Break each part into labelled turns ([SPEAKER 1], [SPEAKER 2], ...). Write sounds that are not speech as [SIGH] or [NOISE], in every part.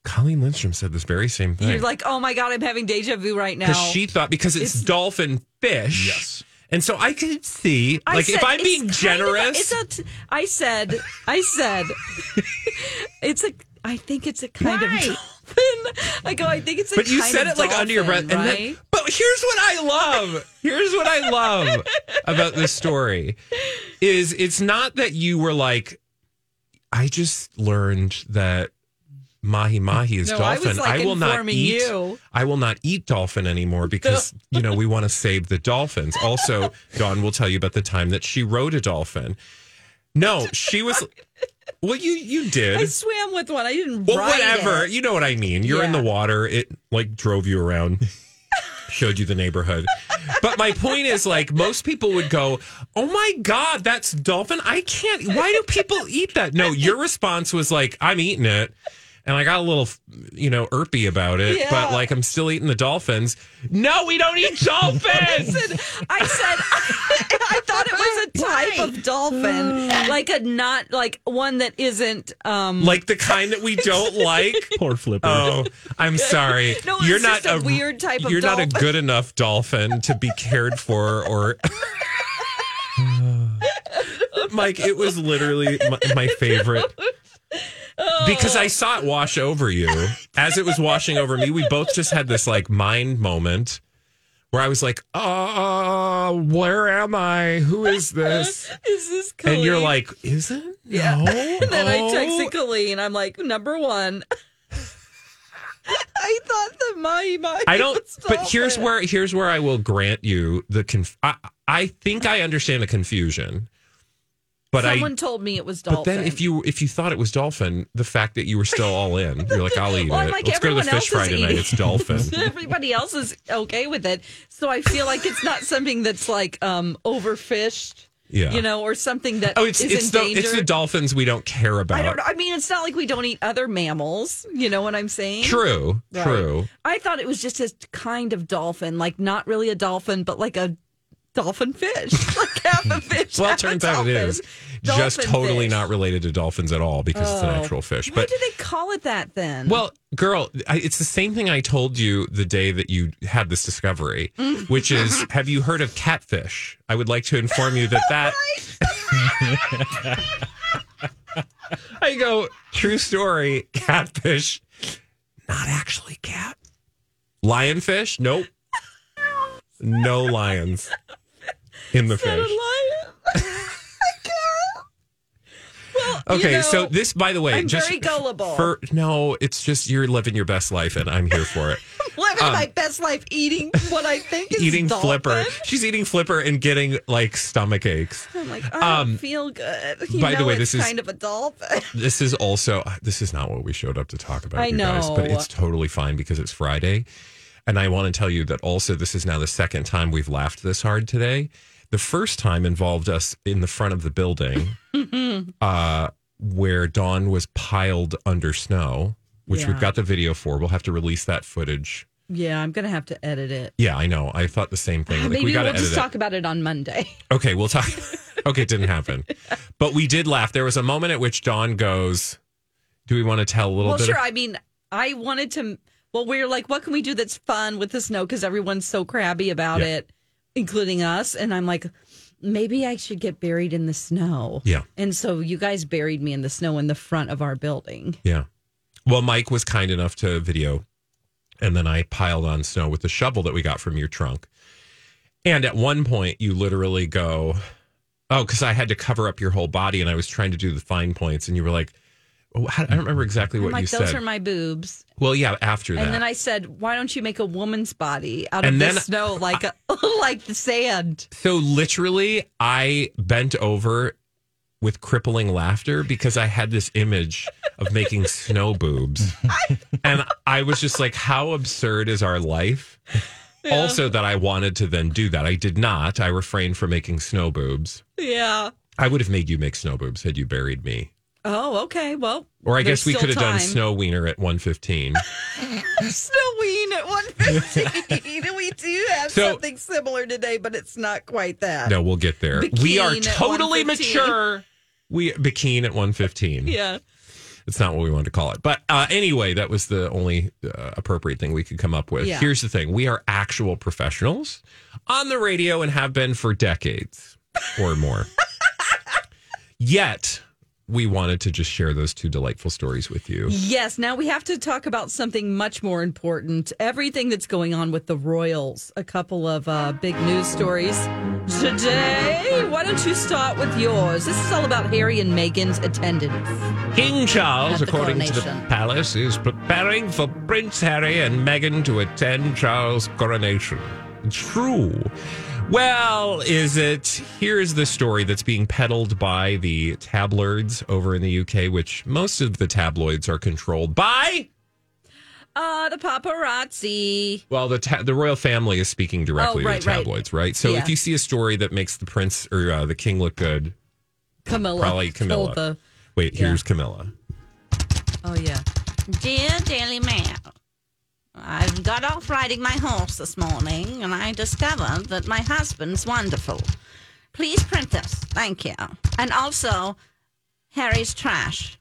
[SPEAKER 1] "Colleen Lindstrom said this very same thing."
[SPEAKER 2] You're like, oh my God, I'm having deja vu right now.
[SPEAKER 1] Because she thought because it's,
[SPEAKER 2] It's-
[SPEAKER 1] dolphin fish. Yes. And so I could see,
[SPEAKER 2] I
[SPEAKER 1] like,
[SPEAKER 2] said,
[SPEAKER 1] if I'm
[SPEAKER 2] it's
[SPEAKER 1] being
[SPEAKER 2] kind of a-
[SPEAKER 1] generous,
[SPEAKER 2] it's a. T- I said. I said. it's a. I think it's a kind of dolphin. I go. I think it's a.
[SPEAKER 1] but you
[SPEAKER 2] kind
[SPEAKER 1] said
[SPEAKER 2] of
[SPEAKER 1] it like under your breath.
[SPEAKER 2] dolphin,
[SPEAKER 1] And
[SPEAKER 2] right?
[SPEAKER 1] then, but here's what I love. Here's what I love
[SPEAKER 2] [LAUGHS]
[SPEAKER 1] about this story is it's not that you were like, I just learned that mahi mahi is
[SPEAKER 2] No, I was,
[SPEAKER 1] dolphin.
[SPEAKER 2] like,
[SPEAKER 1] will not
[SPEAKER 2] informing
[SPEAKER 1] eat.
[SPEAKER 2] you.
[SPEAKER 1] I will not eat dolphin anymore
[SPEAKER 2] [LAUGHS]
[SPEAKER 1] because you know we want to save the dolphins. Also, Dawn will tell you about the time that she rode a dolphin. No, she
[SPEAKER 2] [LAUGHS]
[SPEAKER 1] was. Well, you you did.
[SPEAKER 2] I swam with one. I didn't.
[SPEAKER 1] Well,
[SPEAKER 2] ride
[SPEAKER 1] whatever.
[SPEAKER 2] It.
[SPEAKER 1] You know what I mean. You're in the
[SPEAKER 2] Yeah.
[SPEAKER 1] water. It like drove you
[SPEAKER 2] [LAUGHS]
[SPEAKER 1] around, showed you the neighborhood. but my point is, like, most people would go, "Oh my god, that's dolphin! I can't. Why do people eat that?" No, your response was like, "I'm eating it." And I got a little, you know, irpy about it,
[SPEAKER 2] Yeah.
[SPEAKER 1] but like I'm still eating the dolphins. No, we don't eat dolphins.
[SPEAKER 2] I said. I, said, [LAUGHS] I thought it
[SPEAKER 1] [LAUGHS]
[SPEAKER 2] was a type
[SPEAKER 1] [SIGHS]
[SPEAKER 2] of dolphin, like a not like one that isn't. um
[SPEAKER 1] like the kind that we
[SPEAKER 2] [LAUGHS]
[SPEAKER 1] don't like.
[SPEAKER 3] Poor Flipper.
[SPEAKER 1] Oh, I'm sorry.
[SPEAKER 2] No, it's just a weird type of
[SPEAKER 1] You're not a
[SPEAKER 2] dolphin.
[SPEAKER 1] good enough dolphin to be cared for,
[SPEAKER 2] [LAUGHS]
[SPEAKER 1] or. Mike, it was literally my, my favorite because I saw it wash over you as it was washing over me. We both just had this like mind moment where I was like, "Uh, where am I? Who is
[SPEAKER 2] [LAUGHS]
[SPEAKER 1] this?"
[SPEAKER 2] Is this? Colleen?
[SPEAKER 1] And you're like, "Is it?"
[SPEAKER 2] Yeah.
[SPEAKER 1] No.
[SPEAKER 2] [LAUGHS] Then I
[SPEAKER 1] Oh.
[SPEAKER 2] texted Colleen. I'm like, number one. [LAUGHS] I thought the my my.
[SPEAKER 1] I
[SPEAKER 2] [LAUGHS]
[SPEAKER 1] don't. But here's where here's where I will grant you the conf. I, I think I understand the confusion But
[SPEAKER 2] Someone
[SPEAKER 1] I.
[SPEAKER 2] told me it was dolphin.
[SPEAKER 1] But then, if you if you thought it was dolphin, the fact that you were still all in, you're like, I'll eat
[SPEAKER 2] [LAUGHS] Well,
[SPEAKER 1] it.
[SPEAKER 2] like
[SPEAKER 1] Let's go to the
[SPEAKER 2] everyone
[SPEAKER 1] fish
[SPEAKER 2] else
[SPEAKER 1] fry
[SPEAKER 2] is
[SPEAKER 1] tonight.
[SPEAKER 2] eating
[SPEAKER 1] It's
[SPEAKER 2] [LAUGHS]
[SPEAKER 1] dolphin.
[SPEAKER 2] everybody else is okay with it, so I feel like it's not something that's like um overfished,
[SPEAKER 1] Yeah.
[SPEAKER 2] you know, or something that
[SPEAKER 1] Oh, it's
[SPEAKER 2] is
[SPEAKER 1] it's the
[SPEAKER 2] in danger.
[SPEAKER 1] it's the dolphins we don't care about.
[SPEAKER 2] I don't. know. I mean, it's not like we don't eat other mammals. You know what I'm saying?
[SPEAKER 1] True,
[SPEAKER 2] Right.
[SPEAKER 1] true.
[SPEAKER 2] I thought it was just a kind of dolphin, like not really a dolphin, but like a dolphin fish, [LAUGHS] like half a fish.
[SPEAKER 1] Well, it
[SPEAKER 2] half a
[SPEAKER 1] turns out it
[SPEAKER 2] [LAUGHS] dolphin.
[SPEAKER 1] is just
[SPEAKER 2] Dolphin
[SPEAKER 1] totally
[SPEAKER 2] fish. Oh.
[SPEAKER 1] not related to dolphins at all because it's an actual fish.
[SPEAKER 2] Why
[SPEAKER 1] But
[SPEAKER 2] do they call it that then?
[SPEAKER 1] Well, girl, I, it's the same thing I told you the day that you had this discovery,
[SPEAKER 2] Mm.
[SPEAKER 1] which is
[SPEAKER 2] [LAUGHS]
[SPEAKER 1] have you heard of catfish? I would like to inform you that
[SPEAKER 2] [LAUGHS]
[SPEAKER 1] that. I go, true story, catfish, not actually cat. Lionfish? Nope. No lions in
[SPEAKER 2] [LAUGHS]
[SPEAKER 1] the
[SPEAKER 2] Instead of
[SPEAKER 1] fish.
[SPEAKER 2] lion. well, you
[SPEAKER 1] Okay,
[SPEAKER 2] know,
[SPEAKER 1] so this, by the way,
[SPEAKER 2] I'm
[SPEAKER 1] just
[SPEAKER 2] very gullible.
[SPEAKER 1] For, no, it's just you're living your best life, and I'm here for it.
[SPEAKER 2] living my best life, eating what I think is
[SPEAKER 1] um, eating
[SPEAKER 2] dolphin.
[SPEAKER 1] flipper. She's eating flipper and getting like stomach aches.
[SPEAKER 2] I'm like, "Oh, I don't
[SPEAKER 1] Um,
[SPEAKER 2] feel good. You
[SPEAKER 1] by the
[SPEAKER 2] know
[SPEAKER 1] way,
[SPEAKER 2] it's
[SPEAKER 1] this is-
[SPEAKER 2] kind of a [LAUGHS] dolphin.
[SPEAKER 1] This is also this is not what we showed up to talk about,
[SPEAKER 2] I
[SPEAKER 1] you guys, but
[SPEAKER 2] know.
[SPEAKER 1] it's totally fine because it's Friday. And I want to tell you that also this is now the second time we've laughed this hard today. The first time involved us in the front of the building
[SPEAKER 2] [LAUGHS]
[SPEAKER 1] uh, where Dawn was piled under snow, which
[SPEAKER 2] Yeah.
[SPEAKER 1] we've got the video for. We'll have to release that footage.
[SPEAKER 2] Yeah, I'm gonna have to edit it.
[SPEAKER 1] Yeah, I know. I thought the same thing. Like,
[SPEAKER 2] Ah, Maybe
[SPEAKER 1] we
[SPEAKER 2] we
[SPEAKER 1] got to
[SPEAKER 2] will
[SPEAKER 1] edit
[SPEAKER 2] just
[SPEAKER 1] it.
[SPEAKER 2] talk about it on Monday.
[SPEAKER 1] Okay, we'll talk. [LAUGHS] okay, it didn't happen. But we did laugh. There was a moment at which Dawn goes, Do we want to tell a little
[SPEAKER 2] Well,
[SPEAKER 1] bit?
[SPEAKER 2] sure.
[SPEAKER 1] of-
[SPEAKER 2] I mean, I wanted to. Well, we were like, what can we do that's fun with the snow? Because everyone's so crabby about
[SPEAKER 1] Yeah.
[SPEAKER 2] it, including us. And I'm like, maybe I should get buried in the snow.
[SPEAKER 1] Yeah.
[SPEAKER 2] And so you guys buried me in the snow in the front of our building.
[SPEAKER 1] yeah. Well, Mike was kind enough to video, and then I piled on snow with the shovel that we got from your trunk. And at one point, you literally go, Oh, because I had to cover up your whole body and I was trying to do the fine points. And you were like, oh, how- I don't remember exactly what
[SPEAKER 2] I'm
[SPEAKER 1] you
[SPEAKER 2] like, those
[SPEAKER 1] said.
[SPEAKER 2] are my boobs.
[SPEAKER 1] well, yeah, after that.
[SPEAKER 2] And then I said, why don't you make a woman's body out of
[SPEAKER 1] And
[SPEAKER 2] the
[SPEAKER 1] then-
[SPEAKER 2] snow like a, [LAUGHS] like the sand?
[SPEAKER 1] So literally, I bent over with crippling laughter because I had this image of making [LAUGHS] snow boobs. and I was just like, how absurd is our life? Also, that I wanted to then do that. I did not. I refrained from making snow boobs.
[SPEAKER 2] Yeah.
[SPEAKER 1] I would have made you make snow boobs had you buried me.
[SPEAKER 2] Oh, okay. Well,
[SPEAKER 1] Or I
[SPEAKER 2] there's
[SPEAKER 1] guess we
[SPEAKER 2] still
[SPEAKER 1] could have done
[SPEAKER 2] time.
[SPEAKER 1] snow wiener at 115.
[SPEAKER 2] Snoween at 115. [LAUGHS] we do have
[SPEAKER 1] So-
[SPEAKER 2] something similar today, but it's not quite that.
[SPEAKER 1] no, we'll get there. we are
[SPEAKER 2] Bikini at
[SPEAKER 1] totally
[SPEAKER 2] 1:15.
[SPEAKER 1] mature. We bikini at 115.
[SPEAKER 2] Yeah.
[SPEAKER 1] It's not what we wanted to call it. But uh, anyway, that was the only uh, appropriate thing we could come up with.
[SPEAKER 2] Yeah.
[SPEAKER 1] Here's the thing we are actual professionals on the radio and have been for decades or more. Yet, we wanted to just share those two delightful stories with you.
[SPEAKER 2] Yes. Now we have to talk about something much more important. Everything that's going on with the Royals. A couple of uh, big news stories today. Why don't you start with yours? This is all about Harry and Meghan's attendance.
[SPEAKER 1] King Charles,
[SPEAKER 2] At the
[SPEAKER 1] according to the
[SPEAKER 2] coronation.
[SPEAKER 1] palace, is preparing for Prince Harry and Meghan to attend Charles' coronation. It's true. Well, is it? Here's the story that's being peddled by the tabloids over in the UK, which most of the tabloids are controlled by.
[SPEAKER 2] Uh, the paparazzi.
[SPEAKER 1] Well, the ta- the royal family is speaking directly
[SPEAKER 2] Oh, right,
[SPEAKER 1] to the
[SPEAKER 2] right.
[SPEAKER 1] tabloids, right? So
[SPEAKER 2] Yeah.
[SPEAKER 1] if you see a story that makes the prince or uh, the king look good,
[SPEAKER 2] Camilla.
[SPEAKER 1] Probably Camilla.
[SPEAKER 2] told the-
[SPEAKER 1] wait,
[SPEAKER 2] Yeah.
[SPEAKER 1] here's Camilla.
[SPEAKER 2] Oh, yeah.
[SPEAKER 3] Dear Daily Mail, I got off riding my horse this morning and I discovered that my husband's wonderful. Please print this. Thank you. And also, Harry's trash.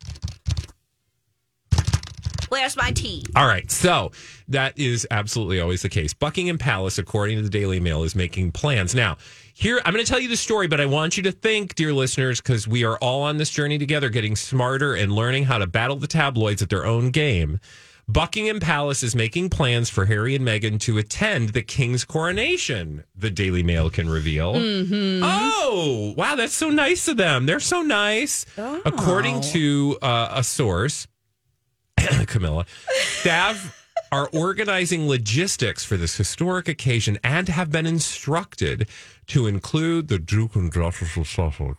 [SPEAKER 3] Where's my tea?
[SPEAKER 1] All right. So that is absolutely always the case. Buckingham Palace, according to the Daily Mail, is making plans. Now, here, I'm going to tell you the story, but I want you to think, dear listeners, because we are all on this journey together, getting smarter and learning how to battle the tabloids at their own game. Buckingham Palace is making plans for Harry and Meghan to attend the King's coronation, the Daily Mail can reveal. Oh, wow. That's so nice of them. They're so nice. According to uh, a source, Camilla, staff are organizing logistics for this historic occasion and have been instructed to include the Duke and Duchess of Sussex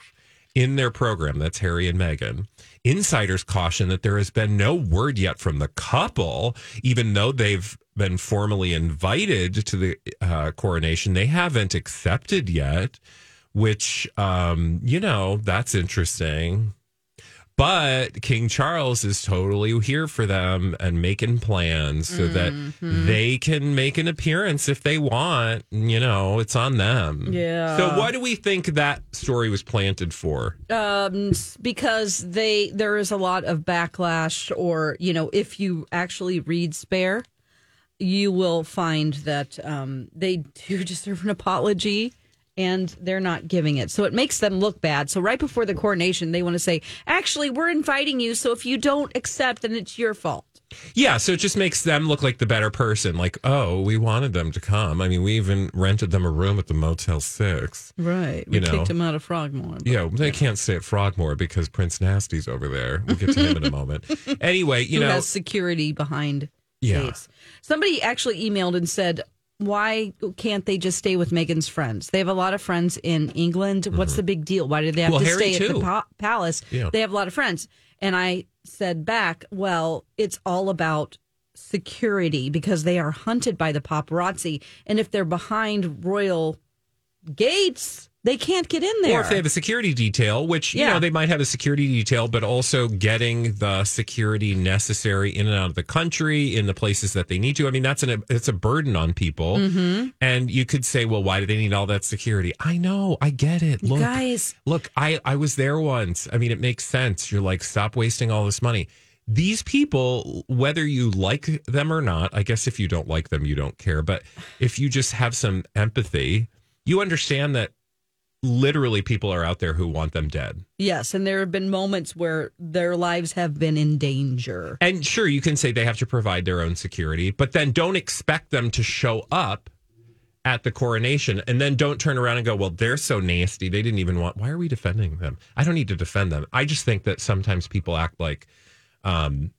[SPEAKER 1] in their program, that's Harry and Meghan, insiders caution that there has been no word yet from the couple, even though they've been formally invited to the uh, coronation. They haven't accepted yet, which, um, you know, that's interesting. But King Charles is totally here for them and making plans so that
[SPEAKER 2] Mm-hmm.
[SPEAKER 1] they can make an appearance if they want. You know, it's on them.
[SPEAKER 2] Yeah.
[SPEAKER 1] So, what do we think that story was planted for?
[SPEAKER 2] um, s- because they there is a lot of backlash, or you know, if you actually read Spare, you will find that um, they do [LAUGHS] deserve an apology, and they're not giving it, so it makes them look bad. So right before the coronation, they want to say, "Actually, we're inviting you, so if you don't accept, then it's your fault."
[SPEAKER 1] Yeah, so it just makes them look like the better person. Like, oh, we wanted them to come. I mean, we even rented them a room at the Motel 6.
[SPEAKER 2] Right,
[SPEAKER 1] We You know. kicked him
[SPEAKER 2] out of Frogmore.
[SPEAKER 1] Yeah, they can't stay at Frogmore because Prince Nasty's over there. We'll get to him in
[SPEAKER 2] [LAUGHS]
[SPEAKER 1] a moment. Anyway, you
[SPEAKER 2] who
[SPEAKER 1] know,
[SPEAKER 2] has security behind
[SPEAKER 1] Yeah.
[SPEAKER 2] gates. Somebody actually emailed and said, "Why can't they just stay with Megan's friends? They have a lot of friends in England. What's the big deal? Why do they have
[SPEAKER 1] Mm-hmm. Well,
[SPEAKER 2] to
[SPEAKER 1] Harry,
[SPEAKER 2] stay at
[SPEAKER 1] too.
[SPEAKER 2] the pa- palace?
[SPEAKER 1] Yeah.
[SPEAKER 2] They have a lot of friends." And I said back, "Well, it's all about." Security because they are hunted by the paparazzi, and if they're behind royal gates, they can't get in there.
[SPEAKER 1] Or if they have a security detail, which you
[SPEAKER 2] Yeah.
[SPEAKER 1] know they might have a security detail, but also getting the security necessary in and out of the country in the places that they need to. I mean, that's an it's a burden on people.
[SPEAKER 2] Mm-hmm.
[SPEAKER 1] And you could say, well, why do they need all that security? I know, I get it. Look,
[SPEAKER 2] guys.
[SPEAKER 1] look, I I was there once. I mean, it makes sense. You're like, stop wasting all this money. These people, whether you like them or not, I guess if you don't like them, you don't care. But if you just have some empathy, you understand that literally people are out there who want them dead.
[SPEAKER 2] yes, and there have been moments where their lives have been in danger.
[SPEAKER 1] And sure, you can say they have to provide their own security, but then don't expect them to show up at the coronation and then don't turn around and go, well, they're so nasty. They didn't even want, why are we defending them? I don't need to defend them. I just think that sometimes people act like, um,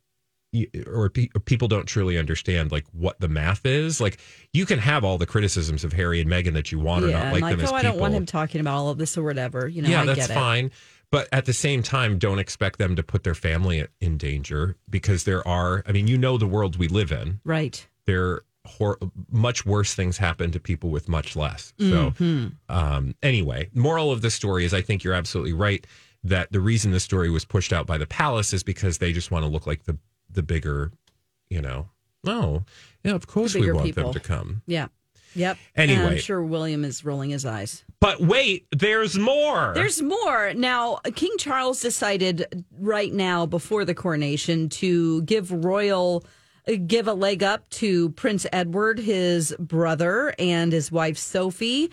[SPEAKER 1] y- or, pe- or people don't truly understand like what the math is. Like you can have all the criticisms of Harry and Meghan that you want or not
[SPEAKER 2] and
[SPEAKER 1] like, them as
[SPEAKER 2] oh,
[SPEAKER 1] people.
[SPEAKER 2] I don't want him talking about all of this or whatever. You know,
[SPEAKER 1] yeah,
[SPEAKER 2] I
[SPEAKER 1] that's
[SPEAKER 2] get it.
[SPEAKER 1] fine. But at the same time, don't expect them to put their family in danger because there are, I mean, you know, the world we live in,
[SPEAKER 2] Right.
[SPEAKER 1] there hor- much worse things happen to people with much less. So,
[SPEAKER 2] Mm-hmm.
[SPEAKER 1] um, anyway, moral of the story is I think you're absolutely right that the reason the story was pushed out by the palace is because they just want to look like the, the bigger, you know, oh, yeah, of course we
[SPEAKER 2] bigger
[SPEAKER 1] want
[SPEAKER 2] people.
[SPEAKER 1] them to come.
[SPEAKER 2] Yeah. Yep.
[SPEAKER 1] Anyway.
[SPEAKER 2] And I'm sure William is rolling his eyes.
[SPEAKER 1] But wait, there's more.
[SPEAKER 2] There's more. Now, King Charles decided right now before the coronation to give royal uh, give a leg up to Prince Edward, his brother and his wife Sophie.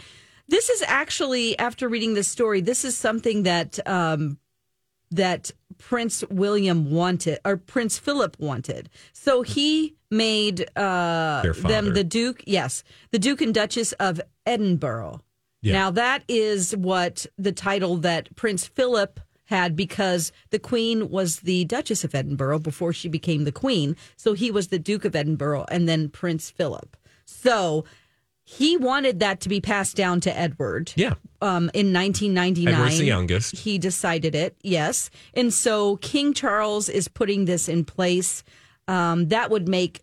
[SPEAKER 2] This is actually after reading this story, this is something that um that Prince William wanted or Prince Philip wanted. So he made uh
[SPEAKER 1] Their
[SPEAKER 2] them
[SPEAKER 1] father.
[SPEAKER 2] the Duke, yes, the Duke and Duchess of Edinburgh.
[SPEAKER 1] Yeah.
[SPEAKER 2] Now that is what the title that Prince Philip had because the Queen was the Duchess of Edinburgh before she became the Queen. So he was the Duke of Edinburgh and then Prince Philip. So he wanted that to be passed down to Edward
[SPEAKER 1] yeah.
[SPEAKER 2] um, in 1999.
[SPEAKER 1] Edward's the youngest.
[SPEAKER 2] He decided it, yes. And so King Charles is putting this in place. Um, that would make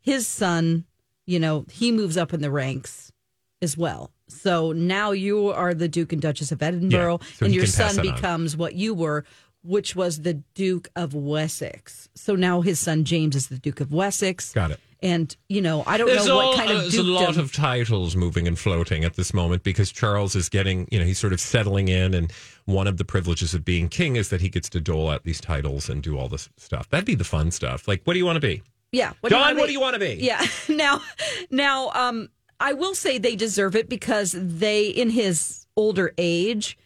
[SPEAKER 2] his son, you know, he moves up in the ranks as well. So now you are the Duke and Duchess of Edinburgh,
[SPEAKER 1] Yeah, so
[SPEAKER 2] and
[SPEAKER 1] he
[SPEAKER 2] your
[SPEAKER 1] can pass
[SPEAKER 2] son
[SPEAKER 1] that on.
[SPEAKER 2] becomes what you were, which was the Duke of Wessex. So now his son James is the Duke of Wessex.
[SPEAKER 1] Got it.
[SPEAKER 2] And you know, I don't
[SPEAKER 1] There's,
[SPEAKER 2] know
[SPEAKER 1] all-
[SPEAKER 2] what kind
[SPEAKER 1] uh,
[SPEAKER 2] of
[SPEAKER 1] there's a lot
[SPEAKER 2] dukedom-
[SPEAKER 1] of titles moving and floating at this moment because Charles is getting, you know, he's sort of settling in. And one of the privileges of being king is that he gets to dole out these titles and do all this stuff. That'd be the fun stuff. Like, what do you want to be?
[SPEAKER 2] yeah. What
[SPEAKER 1] Don,
[SPEAKER 2] wanna
[SPEAKER 1] what
[SPEAKER 2] be?
[SPEAKER 1] do you want to be?
[SPEAKER 2] Yeah. [LAUGHS] Now, now, um, I will say they deserve it because they, in his older age,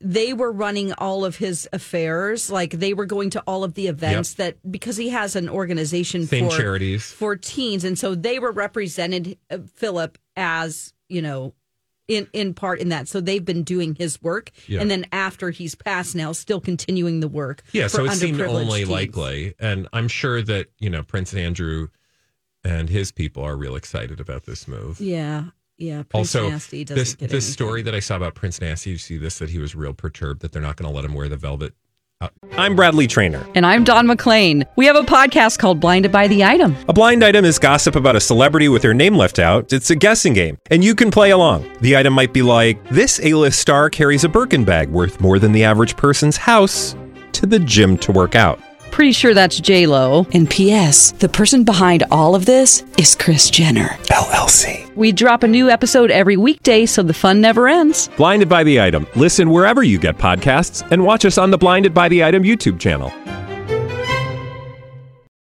[SPEAKER 2] they were running all of his affairs. Like they were going to all of the events that because he has an organization
[SPEAKER 1] Same
[SPEAKER 2] for
[SPEAKER 1] charities.
[SPEAKER 2] for teens, and so they were represented uh, Philip as you know. In, in part in that so they've been doing his work
[SPEAKER 1] Yeah.
[SPEAKER 2] and then after he's passed now still continuing the work
[SPEAKER 1] Yeah, so
[SPEAKER 2] for
[SPEAKER 1] it seemed
[SPEAKER 2] underprivileged
[SPEAKER 1] only
[SPEAKER 2] teens.
[SPEAKER 1] likely. And I'm sure that, you know, Prince Andrew and his people are real excited about this move.
[SPEAKER 2] Yeah. yeah, Prince
[SPEAKER 1] Also,
[SPEAKER 2] Nasty doesn't
[SPEAKER 1] this
[SPEAKER 2] get
[SPEAKER 1] this
[SPEAKER 2] anything.
[SPEAKER 1] story that I saw about Prince Nasty, you see this that he was real perturbed that they're not going to let him wear the velvet. uh, out- I'm Bradley Trainer.
[SPEAKER 2] And I'm Don McClain. We have a podcast called Blinded by the Item.
[SPEAKER 1] A blind item is gossip about a celebrity with their name left out. It's a guessing game, and you can play along. The item might be like this: A-list star carries a Birkin bag worth more than the average person's house to the gym to work out.
[SPEAKER 2] Pretty sure that's J Lo.
[SPEAKER 4] And P.S. The person behind all of this is Chris Jenner.
[SPEAKER 1] LLC.
[SPEAKER 2] We drop a new episode every weekday, so the fun never ends.
[SPEAKER 1] Blinded by the item. Listen wherever you get podcasts, and watch us on the Blinded by the Item YouTube channel.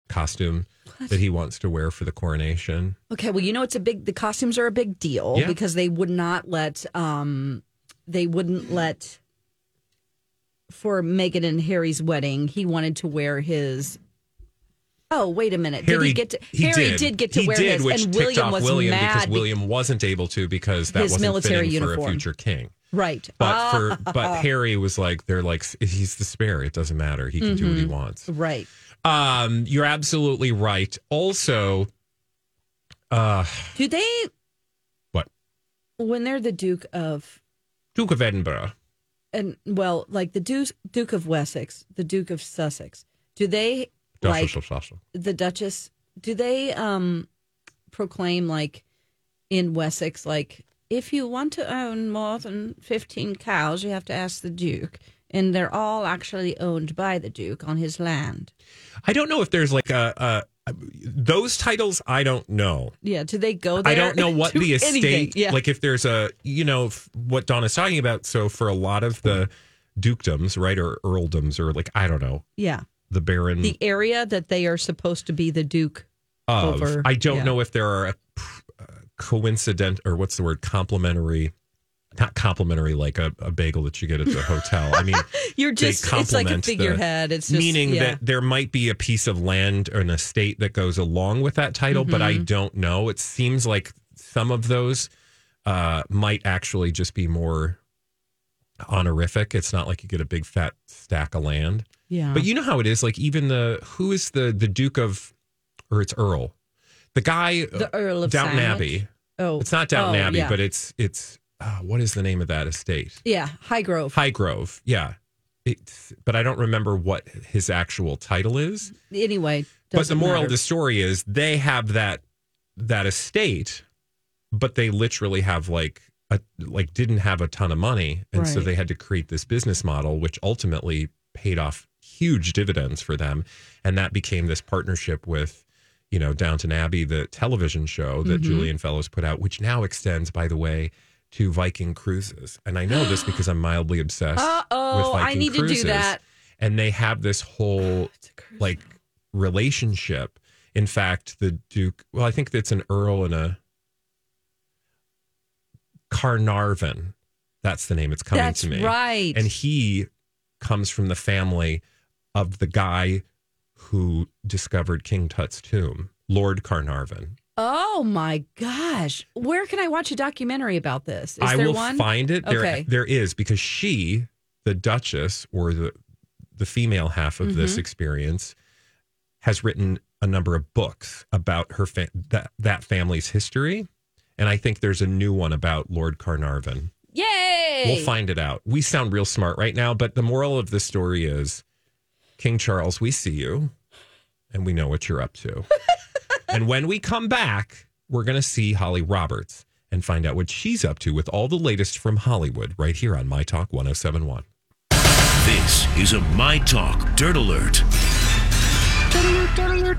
[SPEAKER 1] Costume that he wants to wear for the coronation.
[SPEAKER 2] Okay, well, you know it's a big. The costumes are a big deal
[SPEAKER 1] Yeah.
[SPEAKER 2] because they would not let. um They wouldn't let. For Meghan and Harry's wedding, he wanted to wear his. Oh wait a minute! did he get to? Harry did, get to
[SPEAKER 1] He
[SPEAKER 2] wear
[SPEAKER 1] did,
[SPEAKER 2] his,
[SPEAKER 1] which
[SPEAKER 2] and
[SPEAKER 1] ticked
[SPEAKER 2] William
[SPEAKER 1] off
[SPEAKER 2] was
[SPEAKER 1] William
[SPEAKER 2] mad
[SPEAKER 1] because
[SPEAKER 2] be-
[SPEAKER 1] William wasn't able to because that
[SPEAKER 2] His
[SPEAKER 1] wasn't
[SPEAKER 2] military
[SPEAKER 1] fitting for a
[SPEAKER 2] uniform.
[SPEAKER 1] future king.
[SPEAKER 2] right?
[SPEAKER 1] But for
[SPEAKER 2] [LAUGHS]
[SPEAKER 1] but Harry was like they're like he's the spare. It doesn't matter. He can do
[SPEAKER 2] Mm-hmm.
[SPEAKER 1] what he wants.
[SPEAKER 2] Ah, right.
[SPEAKER 1] Um, you're absolutely right. Also, uh,
[SPEAKER 2] Do they?
[SPEAKER 1] What?
[SPEAKER 2] When they're the Duke of
[SPEAKER 1] Duke of Edinburgh.
[SPEAKER 2] and well, like the Duke Duke of Wessex, the Duke of Sussex, do they like the Duchess? Do they um proclaim like in Wessex, like
[SPEAKER 3] If you want to own more than 15 cows, you have to ask the Duke. And they're all actually owned by the Duke on his land.
[SPEAKER 1] I don't know if there's like a, a those titles. I don't know.
[SPEAKER 2] yeah? Do they go? there
[SPEAKER 1] I don't
[SPEAKER 2] [LAUGHS]
[SPEAKER 1] know
[SPEAKER 2] and
[SPEAKER 1] what
[SPEAKER 2] do
[SPEAKER 1] the estate
[SPEAKER 2] anything? Yeah.
[SPEAKER 1] like if there's a you know f- what Donna's talking about so for a lot of the dukedoms right or earldoms or like I don't know
[SPEAKER 2] yeah,
[SPEAKER 1] the baron
[SPEAKER 2] the area that they are supposed to be the Duke.
[SPEAKER 1] of
[SPEAKER 2] over-
[SPEAKER 1] I don't
[SPEAKER 2] yeah.
[SPEAKER 1] know if there are a, uh, coincident or what's the word complementary not complimentary like a, a bagel that you get
[SPEAKER 2] [LAUGHS]
[SPEAKER 1] at the hotel I mean
[SPEAKER 2] You're
[SPEAKER 1] they
[SPEAKER 2] just it's like a
[SPEAKER 1] complement the-
[SPEAKER 2] figurehead. it's just
[SPEAKER 1] meaning
[SPEAKER 2] yeah.
[SPEAKER 1] that there might be a piece of land or an estate that goes along with that title, but
[SPEAKER 2] Mm-hmm.
[SPEAKER 1] I don't know. It seems like some of those uh, might actually just be more honorific. It's not like you get a big fat stack of land.
[SPEAKER 2] yeah.
[SPEAKER 1] But you know how it is. Like even the who is the the Duke of or it's Earl, the guy
[SPEAKER 2] the Earl of
[SPEAKER 1] uh, Downton
[SPEAKER 2] Sandwich.
[SPEAKER 1] Abbey.
[SPEAKER 2] Oh,
[SPEAKER 1] It's not Downton
[SPEAKER 2] oh,
[SPEAKER 1] Abbey,
[SPEAKER 2] yeah.
[SPEAKER 1] but it's it's uh, what is the name of that estate?
[SPEAKER 2] yeah, Highgrove.
[SPEAKER 1] Highgrove, yeah. It's, but I don't remember what his actual title is.
[SPEAKER 2] anyway,
[SPEAKER 1] but the
[SPEAKER 2] doesn't
[SPEAKER 1] moral
[SPEAKER 2] matter.
[SPEAKER 1] of the story is they have that that estate, but they literally have like a like didn't have a ton of money, and so
[SPEAKER 2] Right.
[SPEAKER 1] they had to create this business model, which ultimately paid off huge dividends for them, and that became this partnership with. You know, Downton Abbey, the television show that
[SPEAKER 2] Mm-hmm.
[SPEAKER 1] Julian Fellows put out, which now extends, by the way, to Viking cruises. And I know this because I'm mildly obsessed
[SPEAKER 2] Uh-oh,
[SPEAKER 1] with
[SPEAKER 2] I
[SPEAKER 1] Viking
[SPEAKER 2] need to do
[SPEAKER 1] cruises.
[SPEAKER 2] that.
[SPEAKER 1] And they have this whole like relationship. In fact, the Duke, well, I think that's an Earl and a Carnarvon. That's the name it's coming
[SPEAKER 2] That's
[SPEAKER 1] to me.
[SPEAKER 2] right.
[SPEAKER 1] And he comes from the family of the guy who discovered King Tut's tomb, Lord Carnarvon.
[SPEAKER 2] Oh my gosh. Where can I watch a documentary about this? Is
[SPEAKER 1] I
[SPEAKER 2] there
[SPEAKER 1] will
[SPEAKER 2] one?
[SPEAKER 1] find it. There,
[SPEAKER 2] Okay.
[SPEAKER 1] there is because she, the Duchess, or the the female half of
[SPEAKER 2] Mm-hmm.
[SPEAKER 1] this experience, has written a number of books about her fa- that that family's history, and I think there's a new one about Lord Carnarvon.
[SPEAKER 2] Yay!
[SPEAKER 1] We'll find it out. We sound real smart right now, but the moral of the story is, King Charles, we see you, and we know what you're up to.
[SPEAKER 5] [LAUGHS]
[SPEAKER 1] and when we come back, we're going to see Holly Roberts and find out what she's up to with all the latest from Hollywood right here on My Talk 1071.
[SPEAKER 6] This is a My Talk Dirt Alert.
[SPEAKER 2] With